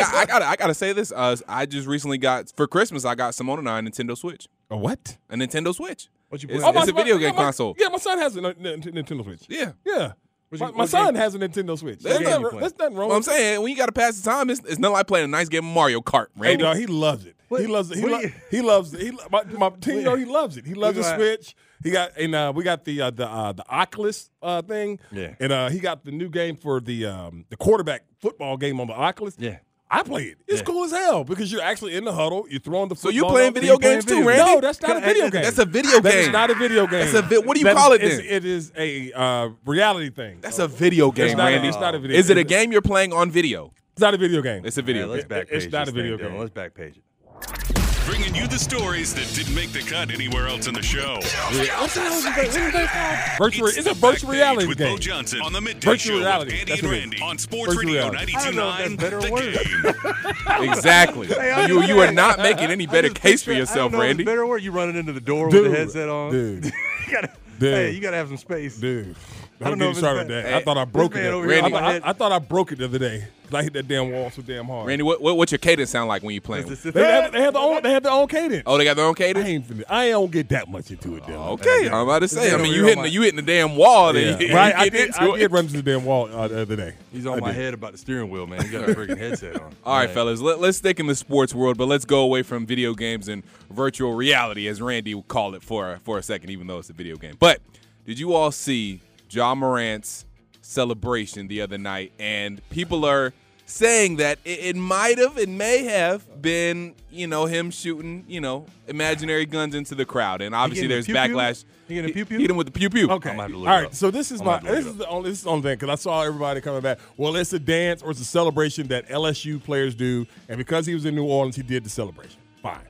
[SPEAKER 3] *laughs*
[SPEAKER 7] I, I gotta I gotta say this. Uh, I just recently got for Christmas I got Simone and I a Nintendo Switch.
[SPEAKER 4] A what?
[SPEAKER 7] A Nintendo Switch.
[SPEAKER 3] What you
[SPEAKER 7] It's,
[SPEAKER 3] playing? Oh,
[SPEAKER 7] it's
[SPEAKER 4] Oh, my-
[SPEAKER 7] a video
[SPEAKER 4] my-
[SPEAKER 7] game
[SPEAKER 4] my-
[SPEAKER 7] console.
[SPEAKER 4] Yeah, my son has a N- N- Nintendo Switch.
[SPEAKER 7] Yeah.
[SPEAKER 4] Yeah.
[SPEAKER 3] What's
[SPEAKER 4] my
[SPEAKER 3] your-
[SPEAKER 4] my
[SPEAKER 3] what
[SPEAKER 4] son
[SPEAKER 3] game-
[SPEAKER 4] has a Nintendo Switch.
[SPEAKER 3] What
[SPEAKER 4] That's
[SPEAKER 3] game
[SPEAKER 4] not,
[SPEAKER 3] you
[SPEAKER 4] wr-
[SPEAKER 3] playing?
[SPEAKER 4] that's nothing wrong
[SPEAKER 7] Well, I'm
[SPEAKER 4] with
[SPEAKER 7] saying when you gotta pass the time, it's, it's not like playing a nice game of Mario Kart.
[SPEAKER 4] Hey,
[SPEAKER 7] Randy.
[SPEAKER 4] dog, he loves it. He
[SPEAKER 3] What-
[SPEAKER 4] loves it. He,
[SPEAKER 3] what
[SPEAKER 4] lo-
[SPEAKER 3] do you-
[SPEAKER 4] he loves it. He lo- my, my teen year, he loves it. He loves the
[SPEAKER 3] gonna-
[SPEAKER 4] Switch. He got and uh, we got the uh, the uh, the Oculus uh, thing.
[SPEAKER 3] Yeah.
[SPEAKER 4] And uh, he got the new game for the um, the quarterback football game on the Oculus.
[SPEAKER 3] Yeah.
[SPEAKER 4] I play it. It's
[SPEAKER 3] Yeah.
[SPEAKER 4] cool as hell because you're actually in the huddle. You're throwing the
[SPEAKER 7] So
[SPEAKER 4] football.
[SPEAKER 7] you playing
[SPEAKER 4] up.
[SPEAKER 7] video games
[SPEAKER 3] playing
[SPEAKER 7] too,
[SPEAKER 3] video
[SPEAKER 7] Randy?
[SPEAKER 4] No, that's not a video game.
[SPEAKER 7] That's a video
[SPEAKER 4] That is
[SPEAKER 7] game.
[SPEAKER 4] not a video game.
[SPEAKER 7] That's a vi- what do you
[SPEAKER 4] That
[SPEAKER 7] call it
[SPEAKER 4] is-
[SPEAKER 7] then?
[SPEAKER 4] It is a uh, reality thing.
[SPEAKER 7] That's a video game,
[SPEAKER 4] It's not,
[SPEAKER 7] Randy.
[SPEAKER 4] it's not a video.
[SPEAKER 7] Is it a
[SPEAKER 4] it's-
[SPEAKER 7] game you're playing on video?
[SPEAKER 4] It's not a video game.
[SPEAKER 7] It's a
[SPEAKER 3] All right,
[SPEAKER 7] video.
[SPEAKER 3] let's
[SPEAKER 7] game.
[SPEAKER 3] backpage.
[SPEAKER 4] It's not
[SPEAKER 3] this
[SPEAKER 4] a video
[SPEAKER 3] thing, Dylan.
[SPEAKER 4] game.
[SPEAKER 3] Let's backpage it.
[SPEAKER 2] Bringing you the stories that didn't make the cut anywhere else in the show.
[SPEAKER 4] What's the hell is it- what is it called? Virtual. It's,
[SPEAKER 2] the
[SPEAKER 4] a virtual
[SPEAKER 2] Backpage
[SPEAKER 4] reality
[SPEAKER 2] with
[SPEAKER 4] game.
[SPEAKER 2] Bo Johnson on the midday
[SPEAKER 4] Virtual
[SPEAKER 2] show
[SPEAKER 4] reality.
[SPEAKER 2] with Andy
[SPEAKER 4] That's
[SPEAKER 2] and
[SPEAKER 4] what it is.
[SPEAKER 2] Randy on Sports
[SPEAKER 4] Virtual
[SPEAKER 2] Radio
[SPEAKER 4] reality.
[SPEAKER 3] I don't know if
[SPEAKER 2] 92.9
[SPEAKER 3] that's better or worse. *laughs*
[SPEAKER 2] The Game.
[SPEAKER 7] *laughs* Exactly.
[SPEAKER 3] I'm
[SPEAKER 7] you
[SPEAKER 3] just
[SPEAKER 7] you are
[SPEAKER 3] saying.
[SPEAKER 7] not making any better case for
[SPEAKER 3] I don't
[SPEAKER 7] yourself,
[SPEAKER 3] know if it's
[SPEAKER 7] Randy.
[SPEAKER 3] Better work. You running into the door with
[SPEAKER 4] Dude.
[SPEAKER 3] the headset on.
[SPEAKER 4] Dude.
[SPEAKER 3] *laughs* you gotta,
[SPEAKER 4] Dude.
[SPEAKER 3] Hey, you gotta have some space.
[SPEAKER 4] Dude,
[SPEAKER 3] I
[SPEAKER 4] don't get
[SPEAKER 3] don't know if
[SPEAKER 4] me
[SPEAKER 3] it's
[SPEAKER 4] started with
[SPEAKER 3] bad.
[SPEAKER 4] that. I thought I broke
[SPEAKER 3] man
[SPEAKER 4] it.
[SPEAKER 3] over
[SPEAKER 7] here
[SPEAKER 4] I,
[SPEAKER 7] on
[SPEAKER 4] thought-
[SPEAKER 3] my
[SPEAKER 4] I-
[SPEAKER 3] head.
[SPEAKER 4] I thought I broke it the other day. 'cause I hit that damn wall so damn hard.
[SPEAKER 7] Randy, what, what what's your cadence sound like when you playing?
[SPEAKER 3] It's- it's-
[SPEAKER 4] they had, they had their own. They had their own cadence.
[SPEAKER 7] Oh, they got their own
[SPEAKER 4] I
[SPEAKER 7] cadence.
[SPEAKER 4] ain't. finna- I don't get that much into it,
[SPEAKER 3] Oh,
[SPEAKER 4] Dylan.
[SPEAKER 7] Okay, I'm about to say.
[SPEAKER 3] This
[SPEAKER 7] I
[SPEAKER 3] nigga
[SPEAKER 7] mean,
[SPEAKER 3] real
[SPEAKER 7] you hitting
[SPEAKER 3] my-
[SPEAKER 7] the, you hitting the damn wall.
[SPEAKER 4] Yeah.
[SPEAKER 3] *laughs*
[SPEAKER 7] And you, *laughs*
[SPEAKER 4] Right,
[SPEAKER 7] you
[SPEAKER 4] I
[SPEAKER 7] get
[SPEAKER 4] did,
[SPEAKER 7] into
[SPEAKER 4] I
[SPEAKER 7] it.
[SPEAKER 4] did run into the damn wall uh, the other day.
[SPEAKER 3] He's on
[SPEAKER 4] I
[SPEAKER 3] my
[SPEAKER 4] did.
[SPEAKER 3] head about the steering wheel, man. You *laughs* got a freaking headset on.
[SPEAKER 7] All right, fellas, let, let's stick in the sports world, but let's go away from video games and virtual reality, as Randy would call it for for a second, even though it's a video game. But did you all see John Morant's celebration the other night? And people are saying that it, it might have, it may have been, you know, him shooting, you know, imaginary guns into the crowd, and obviously
[SPEAKER 3] getting
[SPEAKER 7] there's
[SPEAKER 3] the pew-pew?
[SPEAKER 7] backlash.
[SPEAKER 3] He getting the
[SPEAKER 7] He-
[SPEAKER 3] pew-pew?
[SPEAKER 7] Hit him with the pew pew.
[SPEAKER 3] I'm gonna have to
[SPEAKER 4] All
[SPEAKER 3] look it
[SPEAKER 4] right,
[SPEAKER 3] up.
[SPEAKER 4] so this is
[SPEAKER 3] I'm
[SPEAKER 4] my
[SPEAKER 3] gonna have to look
[SPEAKER 4] this
[SPEAKER 3] it
[SPEAKER 4] is
[SPEAKER 3] up.
[SPEAKER 4] the only this is the only thing because I saw everybody coming back. Well, it's a dance or it's a celebration that LSU players do, and because he was in New Orleans, he did the celebration. Fine,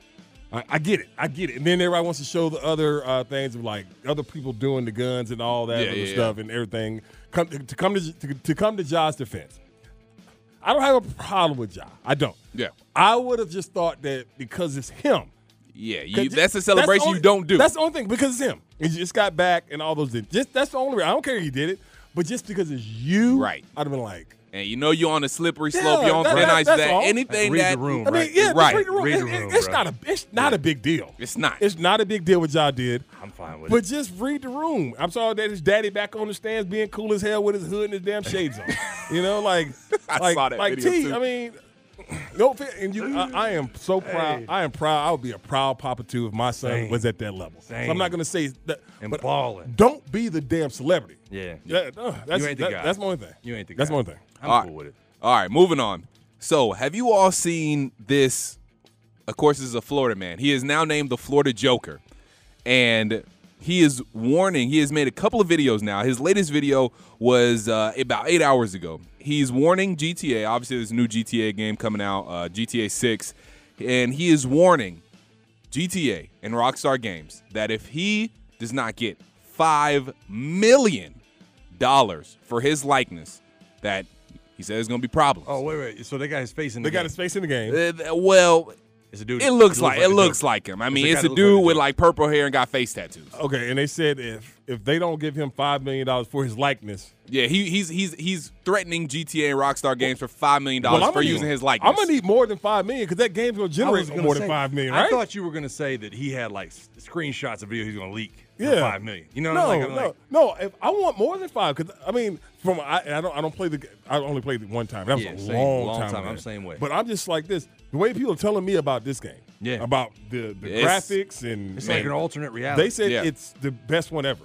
[SPEAKER 4] I, I get it, I get it. And then everybody wants to show the other uh, things of like other people doing the guns and all that
[SPEAKER 7] Yeah,
[SPEAKER 4] other
[SPEAKER 7] yeah, yeah.
[SPEAKER 4] stuff and everything. Come to come to to, to come to Ja's defense. I don't have a problem with Ja. I don't.
[SPEAKER 7] Yeah.
[SPEAKER 4] I would have just thought that because it's him,
[SPEAKER 7] Yeah,
[SPEAKER 4] Cause
[SPEAKER 7] you,
[SPEAKER 4] ju-
[SPEAKER 7] that's a
[SPEAKER 4] the
[SPEAKER 7] celebration
[SPEAKER 4] only-
[SPEAKER 7] you don't do.
[SPEAKER 4] That's the only thing because it's him. He just got back and all those. Did. Just that's the only. reason. I don't care if he did it, but just because it's you,
[SPEAKER 7] Right.
[SPEAKER 4] I'd have been like,
[SPEAKER 7] and you know you're on a slippery
[SPEAKER 4] Yeah,
[SPEAKER 7] slope. you're on
[SPEAKER 4] that-
[SPEAKER 7] thin
[SPEAKER 4] that-
[SPEAKER 7] ice.
[SPEAKER 4] that's
[SPEAKER 7] That
[SPEAKER 4] all.
[SPEAKER 7] anything
[SPEAKER 3] Read the
[SPEAKER 7] that
[SPEAKER 3] room,
[SPEAKER 4] I mean,
[SPEAKER 3] Right,
[SPEAKER 4] yeah,
[SPEAKER 7] right.
[SPEAKER 4] just read the room.
[SPEAKER 3] Read
[SPEAKER 4] It-
[SPEAKER 3] the
[SPEAKER 4] it-
[SPEAKER 3] room,
[SPEAKER 4] it's
[SPEAKER 3] bro.
[SPEAKER 4] not a. It's not a big deal.
[SPEAKER 7] It's not.
[SPEAKER 4] It's not a big deal what y'all did.
[SPEAKER 3] I'm fine with
[SPEAKER 4] But
[SPEAKER 3] it.
[SPEAKER 4] just read the room. I'm sorry that his daddy back on the stands being cool as hell with his hood and his damn
[SPEAKER 3] *laughs*
[SPEAKER 4] shades on. you know, like
[SPEAKER 7] I
[SPEAKER 4] like
[SPEAKER 7] saw that
[SPEAKER 4] like
[SPEAKER 7] video,
[SPEAKER 4] T.
[SPEAKER 7] too.
[SPEAKER 4] I mean, no offense. And you, I, I am so proud. I am proud. I would be a proud papa too if my son
[SPEAKER 3] Same.
[SPEAKER 4] was at that level. So
[SPEAKER 3] Same.
[SPEAKER 4] I'm not gonna say that.
[SPEAKER 3] And
[SPEAKER 4] but
[SPEAKER 3] ballin'.
[SPEAKER 4] Don't be the damn celebrity.
[SPEAKER 3] Yeah.
[SPEAKER 4] Yeah. no, that's
[SPEAKER 3] You ain't the
[SPEAKER 4] that-
[SPEAKER 3] guy.
[SPEAKER 4] that's my only thing.
[SPEAKER 3] You ain't the guy.
[SPEAKER 4] That's my only thing.
[SPEAKER 3] I'm
[SPEAKER 7] All right.
[SPEAKER 3] cool with it.
[SPEAKER 7] All right, moving on. So, have you all seen this? Of course, this is a Florida man. He is now named the Florida Joker. And he is warning, he has made a couple of videos now. His latest video was uh, about eight hours ago. He's warning GTA. Obviously, there's a new GTA game coming out, uh, GTA 6. And he is warning GTA and Rockstar Games that if he does not get $5 million for his likeness, that he says is going to be problems.
[SPEAKER 3] Oh wait, wait. So they got his face in. The
[SPEAKER 4] They got his
[SPEAKER 3] game.
[SPEAKER 4] face in the game.
[SPEAKER 7] Uh, th- well,
[SPEAKER 3] It's a dude.
[SPEAKER 7] it looks like it looks
[SPEAKER 3] a Joker.
[SPEAKER 7] like him. I mean,
[SPEAKER 3] a guy
[SPEAKER 7] it's a
[SPEAKER 3] that looks like
[SPEAKER 7] dude
[SPEAKER 3] a
[SPEAKER 7] with
[SPEAKER 3] Joker.
[SPEAKER 7] like purple hair and got face tattoos.
[SPEAKER 4] Okay, and they said if if they don't give him five million dollars for his likeness,
[SPEAKER 7] Yeah, he, he's he's he's threatening GTA and Rockstar Games for five million dollars
[SPEAKER 4] Well, I'ma
[SPEAKER 7] for
[SPEAKER 4] need-
[SPEAKER 7] using his likeness.
[SPEAKER 4] I'm gonna need more than five million because that game's gonna
[SPEAKER 3] I was
[SPEAKER 4] generate
[SPEAKER 3] gonna
[SPEAKER 4] more
[SPEAKER 3] say,
[SPEAKER 4] than five million,
[SPEAKER 3] I
[SPEAKER 4] right?
[SPEAKER 3] thought you were going to say that he had like s- screenshots of video he's going to leak. for
[SPEAKER 4] yeah,
[SPEAKER 3] five million. You know,
[SPEAKER 4] no,
[SPEAKER 3] like, I'm
[SPEAKER 4] no,
[SPEAKER 3] like-
[SPEAKER 4] no. If I want more than five, because I mean, from I, I don't, I don't play the, g- I only played it one time. That was
[SPEAKER 3] Yeah,
[SPEAKER 4] a
[SPEAKER 3] same-
[SPEAKER 4] long,
[SPEAKER 3] long
[SPEAKER 4] time.
[SPEAKER 3] time.
[SPEAKER 4] ago.
[SPEAKER 3] I'm same way.
[SPEAKER 4] But I'm just like this. The way people are telling me about this game,
[SPEAKER 3] Yeah.
[SPEAKER 4] about the, the
[SPEAKER 7] It's-
[SPEAKER 4] graphics and
[SPEAKER 3] it's like
[SPEAKER 4] and-
[SPEAKER 3] an alternate reality.
[SPEAKER 4] They said
[SPEAKER 7] Yeah.
[SPEAKER 4] it's the best one ever.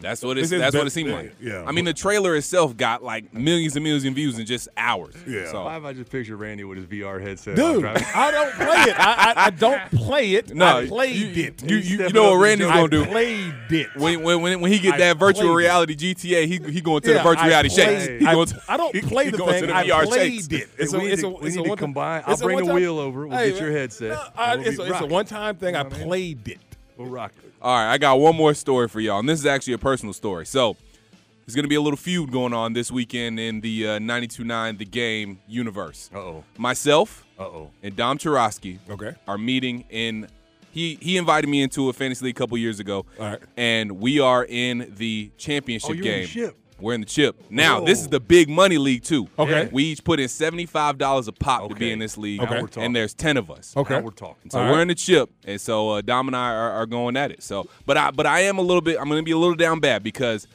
[SPEAKER 7] That's what it's,
[SPEAKER 4] This is
[SPEAKER 7] that's what
[SPEAKER 4] bet-
[SPEAKER 7] it seemed
[SPEAKER 4] yeah,
[SPEAKER 7] like.
[SPEAKER 4] yeah.
[SPEAKER 7] I mean, the trailer itself got like millions and millions of views in just hours.
[SPEAKER 4] Yeah.
[SPEAKER 7] So.
[SPEAKER 3] Why have I just pictured Randy with his VR headset? on
[SPEAKER 4] Dude, *laughs*
[SPEAKER 3] driving?
[SPEAKER 4] I don't play it. I, I, I
[SPEAKER 3] *laughs*
[SPEAKER 4] don't play it.
[SPEAKER 7] No,
[SPEAKER 4] I played
[SPEAKER 7] you-
[SPEAKER 4] it.
[SPEAKER 7] you- you- you know what Randy's
[SPEAKER 4] I
[SPEAKER 7] gonna do.
[SPEAKER 4] Played it.
[SPEAKER 7] When, when, when, when he get
[SPEAKER 4] I
[SPEAKER 7] that virtual
[SPEAKER 4] played it.
[SPEAKER 7] reality GTA, he he going to
[SPEAKER 4] Yeah,
[SPEAKER 7] the virtual
[SPEAKER 4] I
[SPEAKER 7] reality shakes.
[SPEAKER 4] played-
[SPEAKER 7] He
[SPEAKER 4] I,
[SPEAKER 7] going to-
[SPEAKER 4] I don't
[SPEAKER 7] he-
[SPEAKER 4] play
[SPEAKER 7] he
[SPEAKER 4] the
[SPEAKER 7] going
[SPEAKER 4] thing.
[SPEAKER 7] to the
[SPEAKER 4] I
[SPEAKER 7] VR shakes.
[SPEAKER 4] played it. It's
[SPEAKER 3] Hey,
[SPEAKER 4] a,
[SPEAKER 3] we
[SPEAKER 4] it's
[SPEAKER 3] need
[SPEAKER 4] a,
[SPEAKER 3] to- we
[SPEAKER 4] it's a
[SPEAKER 3] need to
[SPEAKER 4] one-time-
[SPEAKER 3] combine. I'll
[SPEAKER 4] it's a
[SPEAKER 3] bring the
[SPEAKER 4] one-time-
[SPEAKER 3] wheel over. We'll get your
[SPEAKER 4] man,
[SPEAKER 3] headset,
[SPEAKER 4] no,
[SPEAKER 3] and
[SPEAKER 4] I-
[SPEAKER 3] we'll be
[SPEAKER 4] it's, a, it's a
[SPEAKER 3] rocking.
[SPEAKER 4] one-time thing.
[SPEAKER 3] You know
[SPEAKER 4] I
[SPEAKER 3] what I mean?
[SPEAKER 4] played it.
[SPEAKER 3] we'll rock it.
[SPEAKER 7] All right, I got one more story for y'all, and this is actually a personal story. So, there's going to be a little feud going on this weekend in the uh, 92.9 The Game universe.
[SPEAKER 3] Uh-oh.
[SPEAKER 7] Myself
[SPEAKER 3] Uh-oh.
[SPEAKER 7] and Dom Chorosky
[SPEAKER 4] Okay.
[SPEAKER 7] are meeting in he he invited me into a fantasy league a couple years ago.
[SPEAKER 4] All right.
[SPEAKER 7] And we are in the championship
[SPEAKER 3] Oh, you're in
[SPEAKER 7] game.
[SPEAKER 3] the chip. Oh.
[SPEAKER 7] We're in the chip. Now,
[SPEAKER 3] Whoa.
[SPEAKER 7] this is the big money league too.
[SPEAKER 4] Okay.
[SPEAKER 7] We each put in $75 a pop to be
[SPEAKER 3] Okay.
[SPEAKER 7] in this league.
[SPEAKER 3] Now we're talking.
[SPEAKER 7] And there's 10 of us.
[SPEAKER 4] Okay.
[SPEAKER 3] Now we're talking.
[SPEAKER 7] So
[SPEAKER 4] All
[SPEAKER 7] we're
[SPEAKER 4] right.
[SPEAKER 7] in the chip, and so uh, Dom and I are, are going at it. So, but I but I am a little bit. I'm going to be a little down bad because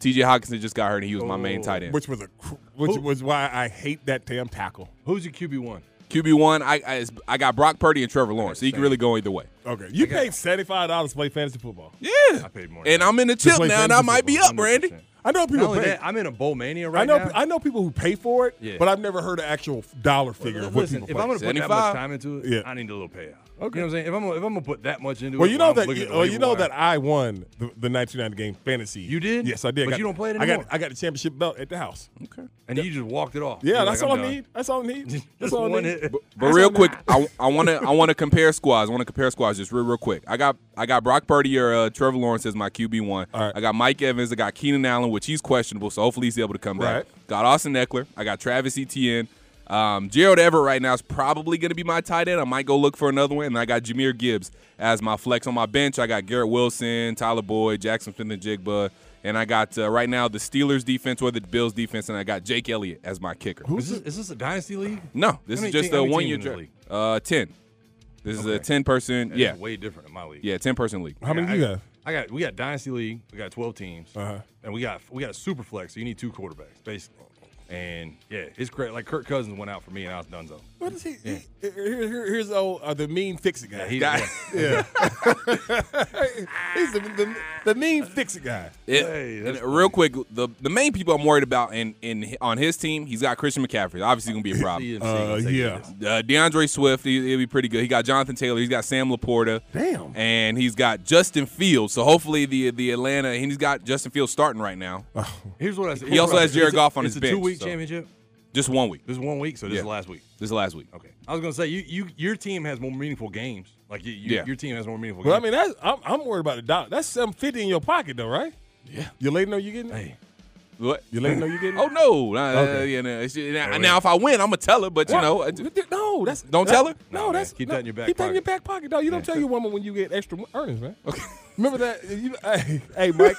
[SPEAKER 7] T.J. Hawkinson just got hurt, and he was my main tight end.
[SPEAKER 4] Which was a, cr- which
[SPEAKER 3] Who-
[SPEAKER 4] was why I hate that damn tackle.
[SPEAKER 3] Who's your QB one?
[SPEAKER 7] QB one, I, I I got Brock Purdy and Trevor Lawrence, so you can really go either way.
[SPEAKER 4] Okay, you paid seventy-five dollars to play fantasy football.
[SPEAKER 7] Yeah,
[SPEAKER 3] I paid more. than
[SPEAKER 7] and
[SPEAKER 3] that.
[SPEAKER 7] I'm in the chip
[SPEAKER 4] play
[SPEAKER 7] now, and I
[SPEAKER 4] fantasy
[SPEAKER 7] might be up, Randy.
[SPEAKER 3] 100%.
[SPEAKER 4] I know
[SPEAKER 3] Not
[SPEAKER 4] people
[SPEAKER 3] only
[SPEAKER 4] pay.
[SPEAKER 3] that, I'm in a bowl mania right
[SPEAKER 4] I know
[SPEAKER 3] now.
[SPEAKER 4] I know people who pay for it,
[SPEAKER 3] Yeah.
[SPEAKER 4] but I've never heard an actual dollar figure of what
[SPEAKER 3] Listen,
[SPEAKER 4] people
[SPEAKER 3] if
[SPEAKER 4] pay.
[SPEAKER 3] I'm going to put that much
[SPEAKER 7] 75.
[SPEAKER 3] time into it,
[SPEAKER 4] Yeah.
[SPEAKER 3] I need a little payout. Okay. You know what I'm saying? If I'm, if I'm going to put that much into
[SPEAKER 4] Well,
[SPEAKER 3] it,
[SPEAKER 4] you know
[SPEAKER 3] I'm
[SPEAKER 4] that.
[SPEAKER 3] looking at the
[SPEAKER 4] well, you know
[SPEAKER 3] wire.
[SPEAKER 4] that I won the, the 1990 game fantasy.
[SPEAKER 3] You did?
[SPEAKER 4] Yes, I did.
[SPEAKER 3] But
[SPEAKER 4] Got-
[SPEAKER 3] you don't play it
[SPEAKER 4] I
[SPEAKER 3] anymore.
[SPEAKER 4] got I got the championship belt at the house.
[SPEAKER 7] Okay.
[SPEAKER 3] And you just walked it off.
[SPEAKER 4] Yeah,
[SPEAKER 3] You're
[SPEAKER 4] that's
[SPEAKER 3] like,
[SPEAKER 4] all
[SPEAKER 3] I'm
[SPEAKER 4] I
[SPEAKER 3] done.
[SPEAKER 4] need. That's all I need.
[SPEAKER 3] *laughs*
[SPEAKER 4] That's
[SPEAKER 3] Just
[SPEAKER 4] all I
[SPEAKER 3] one
[SPEAKER 4] need. *laughs*
[SPEAKER 3] hit.
[SPEAKER 7] But real quick, I I want to I want to compare squads. I want to compare squads just real real quick. I got I got Brock Purdy or uh, Trevor Lawrence as my QB one.
[SPEAKER 4] All right.
[SPEAKER 7] I got Mike Evans. I got Keenan Allen, which he's questionable, so hopefully he's able to come
[SPEAKER 4] Right.
[SPEAKER 7] back. Got Austin Eckler. I got Travis Etienne. Um, Gerald Everett right now is probably going to be my tight end. I might go look for another one. And I got Jameer Gibbs as my flex on my bench. I got Garrett Wilson, Tyler Boyd, Jackson Smith and Jigba, and I got uh, right now the Steelers defense or the Bills defense, and I got Jake Elliott as my kicker.
[SPEAKER 3] Is this, is this a dynasty league?
[SPEAKER 7] No, this
[SPEAKER 3] How many
[SPEAKER 7] is just
[SPEAKER 3] te- how
[SPEAKER 7] a
[SPEAKER 3] many
[SPEAKER 7] one
[SPEAKER 3] teams
[SPEAKER 7] year
[SPEAKER 3] in this
[SPEAKER 7] draft.
[SPEAKER 3] league?
[SPEAKER 7] Uh, ten. This is a
[SPEAKER 3] Okay.
[SPEAKER 7] ten person.
[SPEAKER 3] That is
[SPEAKER 7] yeah,
[SPEAKER 3] way different in my league.
[SPEAKER 7] yeah, ten person league.
[SPEAKER 4] How many
[SPEAKER 3] I,
[SPEAKER 4] do you have?
[SPEAKER 3] I got we got dynasty league. We got twelve teams,
[SPEAKER 4] Uh-huh.
[SPEAKER 3] and we got we got a super flex. So you need two quarterbacks basically. And yeah, it's great. Like Kirk Cousins went out for me, and I was donezo.
[SPEAKER 4] What is he? he- here, here- here's old, uh, the mean fix it guy.
[SPEAKER 3] He
[SPEAKER 7] Guy-
[SPEAKER 4] yeah, *laughs* he's the, the, the mean fix it guy.
[SPEAKER 7] It-
[SPEAKER 3] Hey, that's
[SPEAKER 7] and real quick, the the main people I'm worried about in in on his team, he's got Christian McCaffrey. Obviously, gonna be a problem.
[SPEAKER 3] CMC gonna take
[SPEAKER 4] yeah.
[SPEAKER 3] this.
[SPEAKER 7] Uh, DeAndre Swift, he, he'll be pretty good. He got Jonathan Taylor. He's got Sam Laporta.
[SPEAKER 4] Damn.
[SPEAKER 7] And he's got Justin Fields. So hopefully the the Atlanta and he's got Justin Fields starting right now.
[SPEAKER 3] Uh. Here's what I said.
[SPEAKER 7] He also has Jared
[SPEAKER 3] It's a-
[SPEAKER 7] Goff on his
[SPEAKER 3] It's a
[SPEAKER 7] bench,
[SPEAKER 3] two-week
[SPEAKER 7] so.
[SPEAKER 3] championship.
[SPEAKER 7] Just one week.
[SPEAKER 3] This is one week, so this
[SPEAKER 7] Yeah.
[SPEAKER 3] is last week.
[SPEAKER 7] This is last week.
[SPEAKER 3] Okay. I was gonna say you you your team has more meaningful games. Like you, you
[SPEAKER 7] Yeah.
[SPEAKER 3] your team has more meaningful.
[SPEAKER 4] Well, I
[SPEAKER 3] games.
[SPEAKER 4] mean, that's, I'm, I'm worried about the dollar. That's seven fifty in your pocket though, right? Yeah. You letting know you getting it?
[SPEAKER 3] Hey.
[SPEAKER 7] What?
[SPEAKER 4] You letting know you getting it?
[SPEAKER 7] *laughs* Oh no! Uh,
[SPEAKER 4] Okay.
[SPEAKER 7] yeah, no. It's- now, now if I win, I'm gonna tell her. But you
[SPEAKER 4] What?
[SPEAKER 7] know, uh, I-
[SPEAKER 4] uh, no, that's
[SPEAKER 7] Don't
[SPEAKER 4] that-
[SPEAKER 7] tell her?
[SPEAKER 3] Nah,
[SPEAKER 4] No,
[SPEAKER 3] man.
[SPEAKER 4] that's
[SPEAKER 3] Keep
[SPEAKER 4] no,
[SPEAKER 3] that in your back
[SPEAKER 4] Keep that in
[SPEAKER 3] pocket.
[SPEAKER 4] your back pocket, dog. You don't tell your woman when you get extra earnings, man.
[SPEAKER 7] Okay.
[SPEAKER 4] *laughs* Remember that? uh, You, hey,
[SPEAKER 3] *laughs*
[SPEAKER 4] hey, Mike,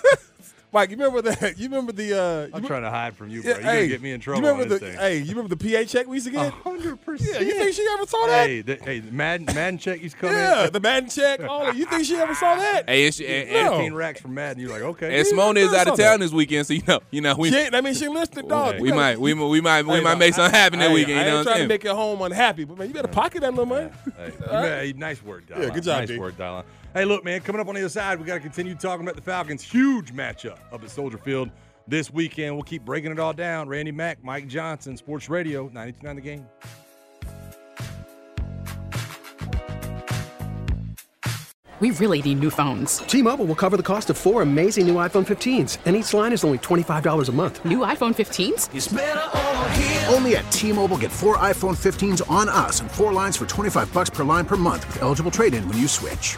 [SPEAKER 4] Mike, you remember that? You remember the? Uh,
[SPEAKER 3] I'm
[SPEAKER 4] you,
[SPEAKER 3] trying to hide from you, bro.
[SPEAKER 4] yeah,
[SPEAKER 3] You're gonna get me in trouble.
[SPEAKER 4] You remember
[SPEAKER 3] on
[SPEAKER 4] the?
[SPEAKER 3] this thing.
[SPEAKER 4] Hey, you remember the PA check we used to
[SPEAKER 3] A
[SPEAKER 4] get?
[SPEAKER 3] hundred
[SPEAKER 4] Yeah,
[SPEAKER 3] percent.
[SPEAKER 4] you think she ever saw that?
[SPEAKER 3] Hey, the, hey, the Madden Madden check used to come
[SPEAKER 4] yeah,
[SPEAKER 3] in.
[SPEAKER 4] the Madden check. All that. You think she ever saw that?
[SPEAKER 7] hey, and, she, and, and-
[SPEAKER 4] No.
[SPEAKER 3] 15 racks from Madden. You're like, okay.
[SPEAKER 7] and Simone is
[SPEAKER 4] never
[SPEAKER 7] out of
[SPEAKER 4] saw that.
[SPEAKER 7] town this weekend, so you know, *laughs* you know, we
[SPEAKER 4] She ain't- I mean, she listed, dog.
[SPEAKER 3] Hey.
[SPEAKER 4] You
[SPEAKER 7] we
[SPEAKER 4] gotta-
[SPEAKER 7] might we, might- we might we
[SPEAKER 4] Hey,
[SPEAKER 7] might
[SPEAKER 4] dog,
[SPEAKER 7] make something
[SPEAKER 4] I-
[SPEAKER 7] happen that
[SPEAKER 4] hey,
[SPEAKER 7] weekend.
[SPEAKER 4] I
[SPEAKER 7] You
[SPEAKER 4] ain't
[SPEAKER 7] know
[SPEAKER 4] trying
[SPEAKER 7] what
[SPEAKER 4] to
[SPEAKER 7] I'm saying?
[SPEAKER 4] make your home unhappy, but man, you better pocket that little money.
[SPEAKER 3] Hey, you may- nice work, Dylan.
[SPEAKER 4] Yeah, good job,
[SPEAKER 3] Nice
[SPEAKER 4] D.
[SPEAKER 3] work, Dylan. Hey, look, man, coming up on the other side, we got to continue talking about the Falcons' huge matchup up at Soldier Field this weekend. We'll keep breaking it all down. Randy Mack, Mike Johnson, Sports Radio, 92.9 The Game.
[SPEAKER 8] We really need new phones.
[SPEAKER 9] T-Mobile will cover the cost of four amazing new iPhone 15s, and each line is only $25 a month.
[SPEAKER 8] New iPhone 15s?
[SPEAKER 10] Only at T-Mobile get four iPhone 15s on us and four lines for 25 bucks per line per month with eligible trade-in when you switch.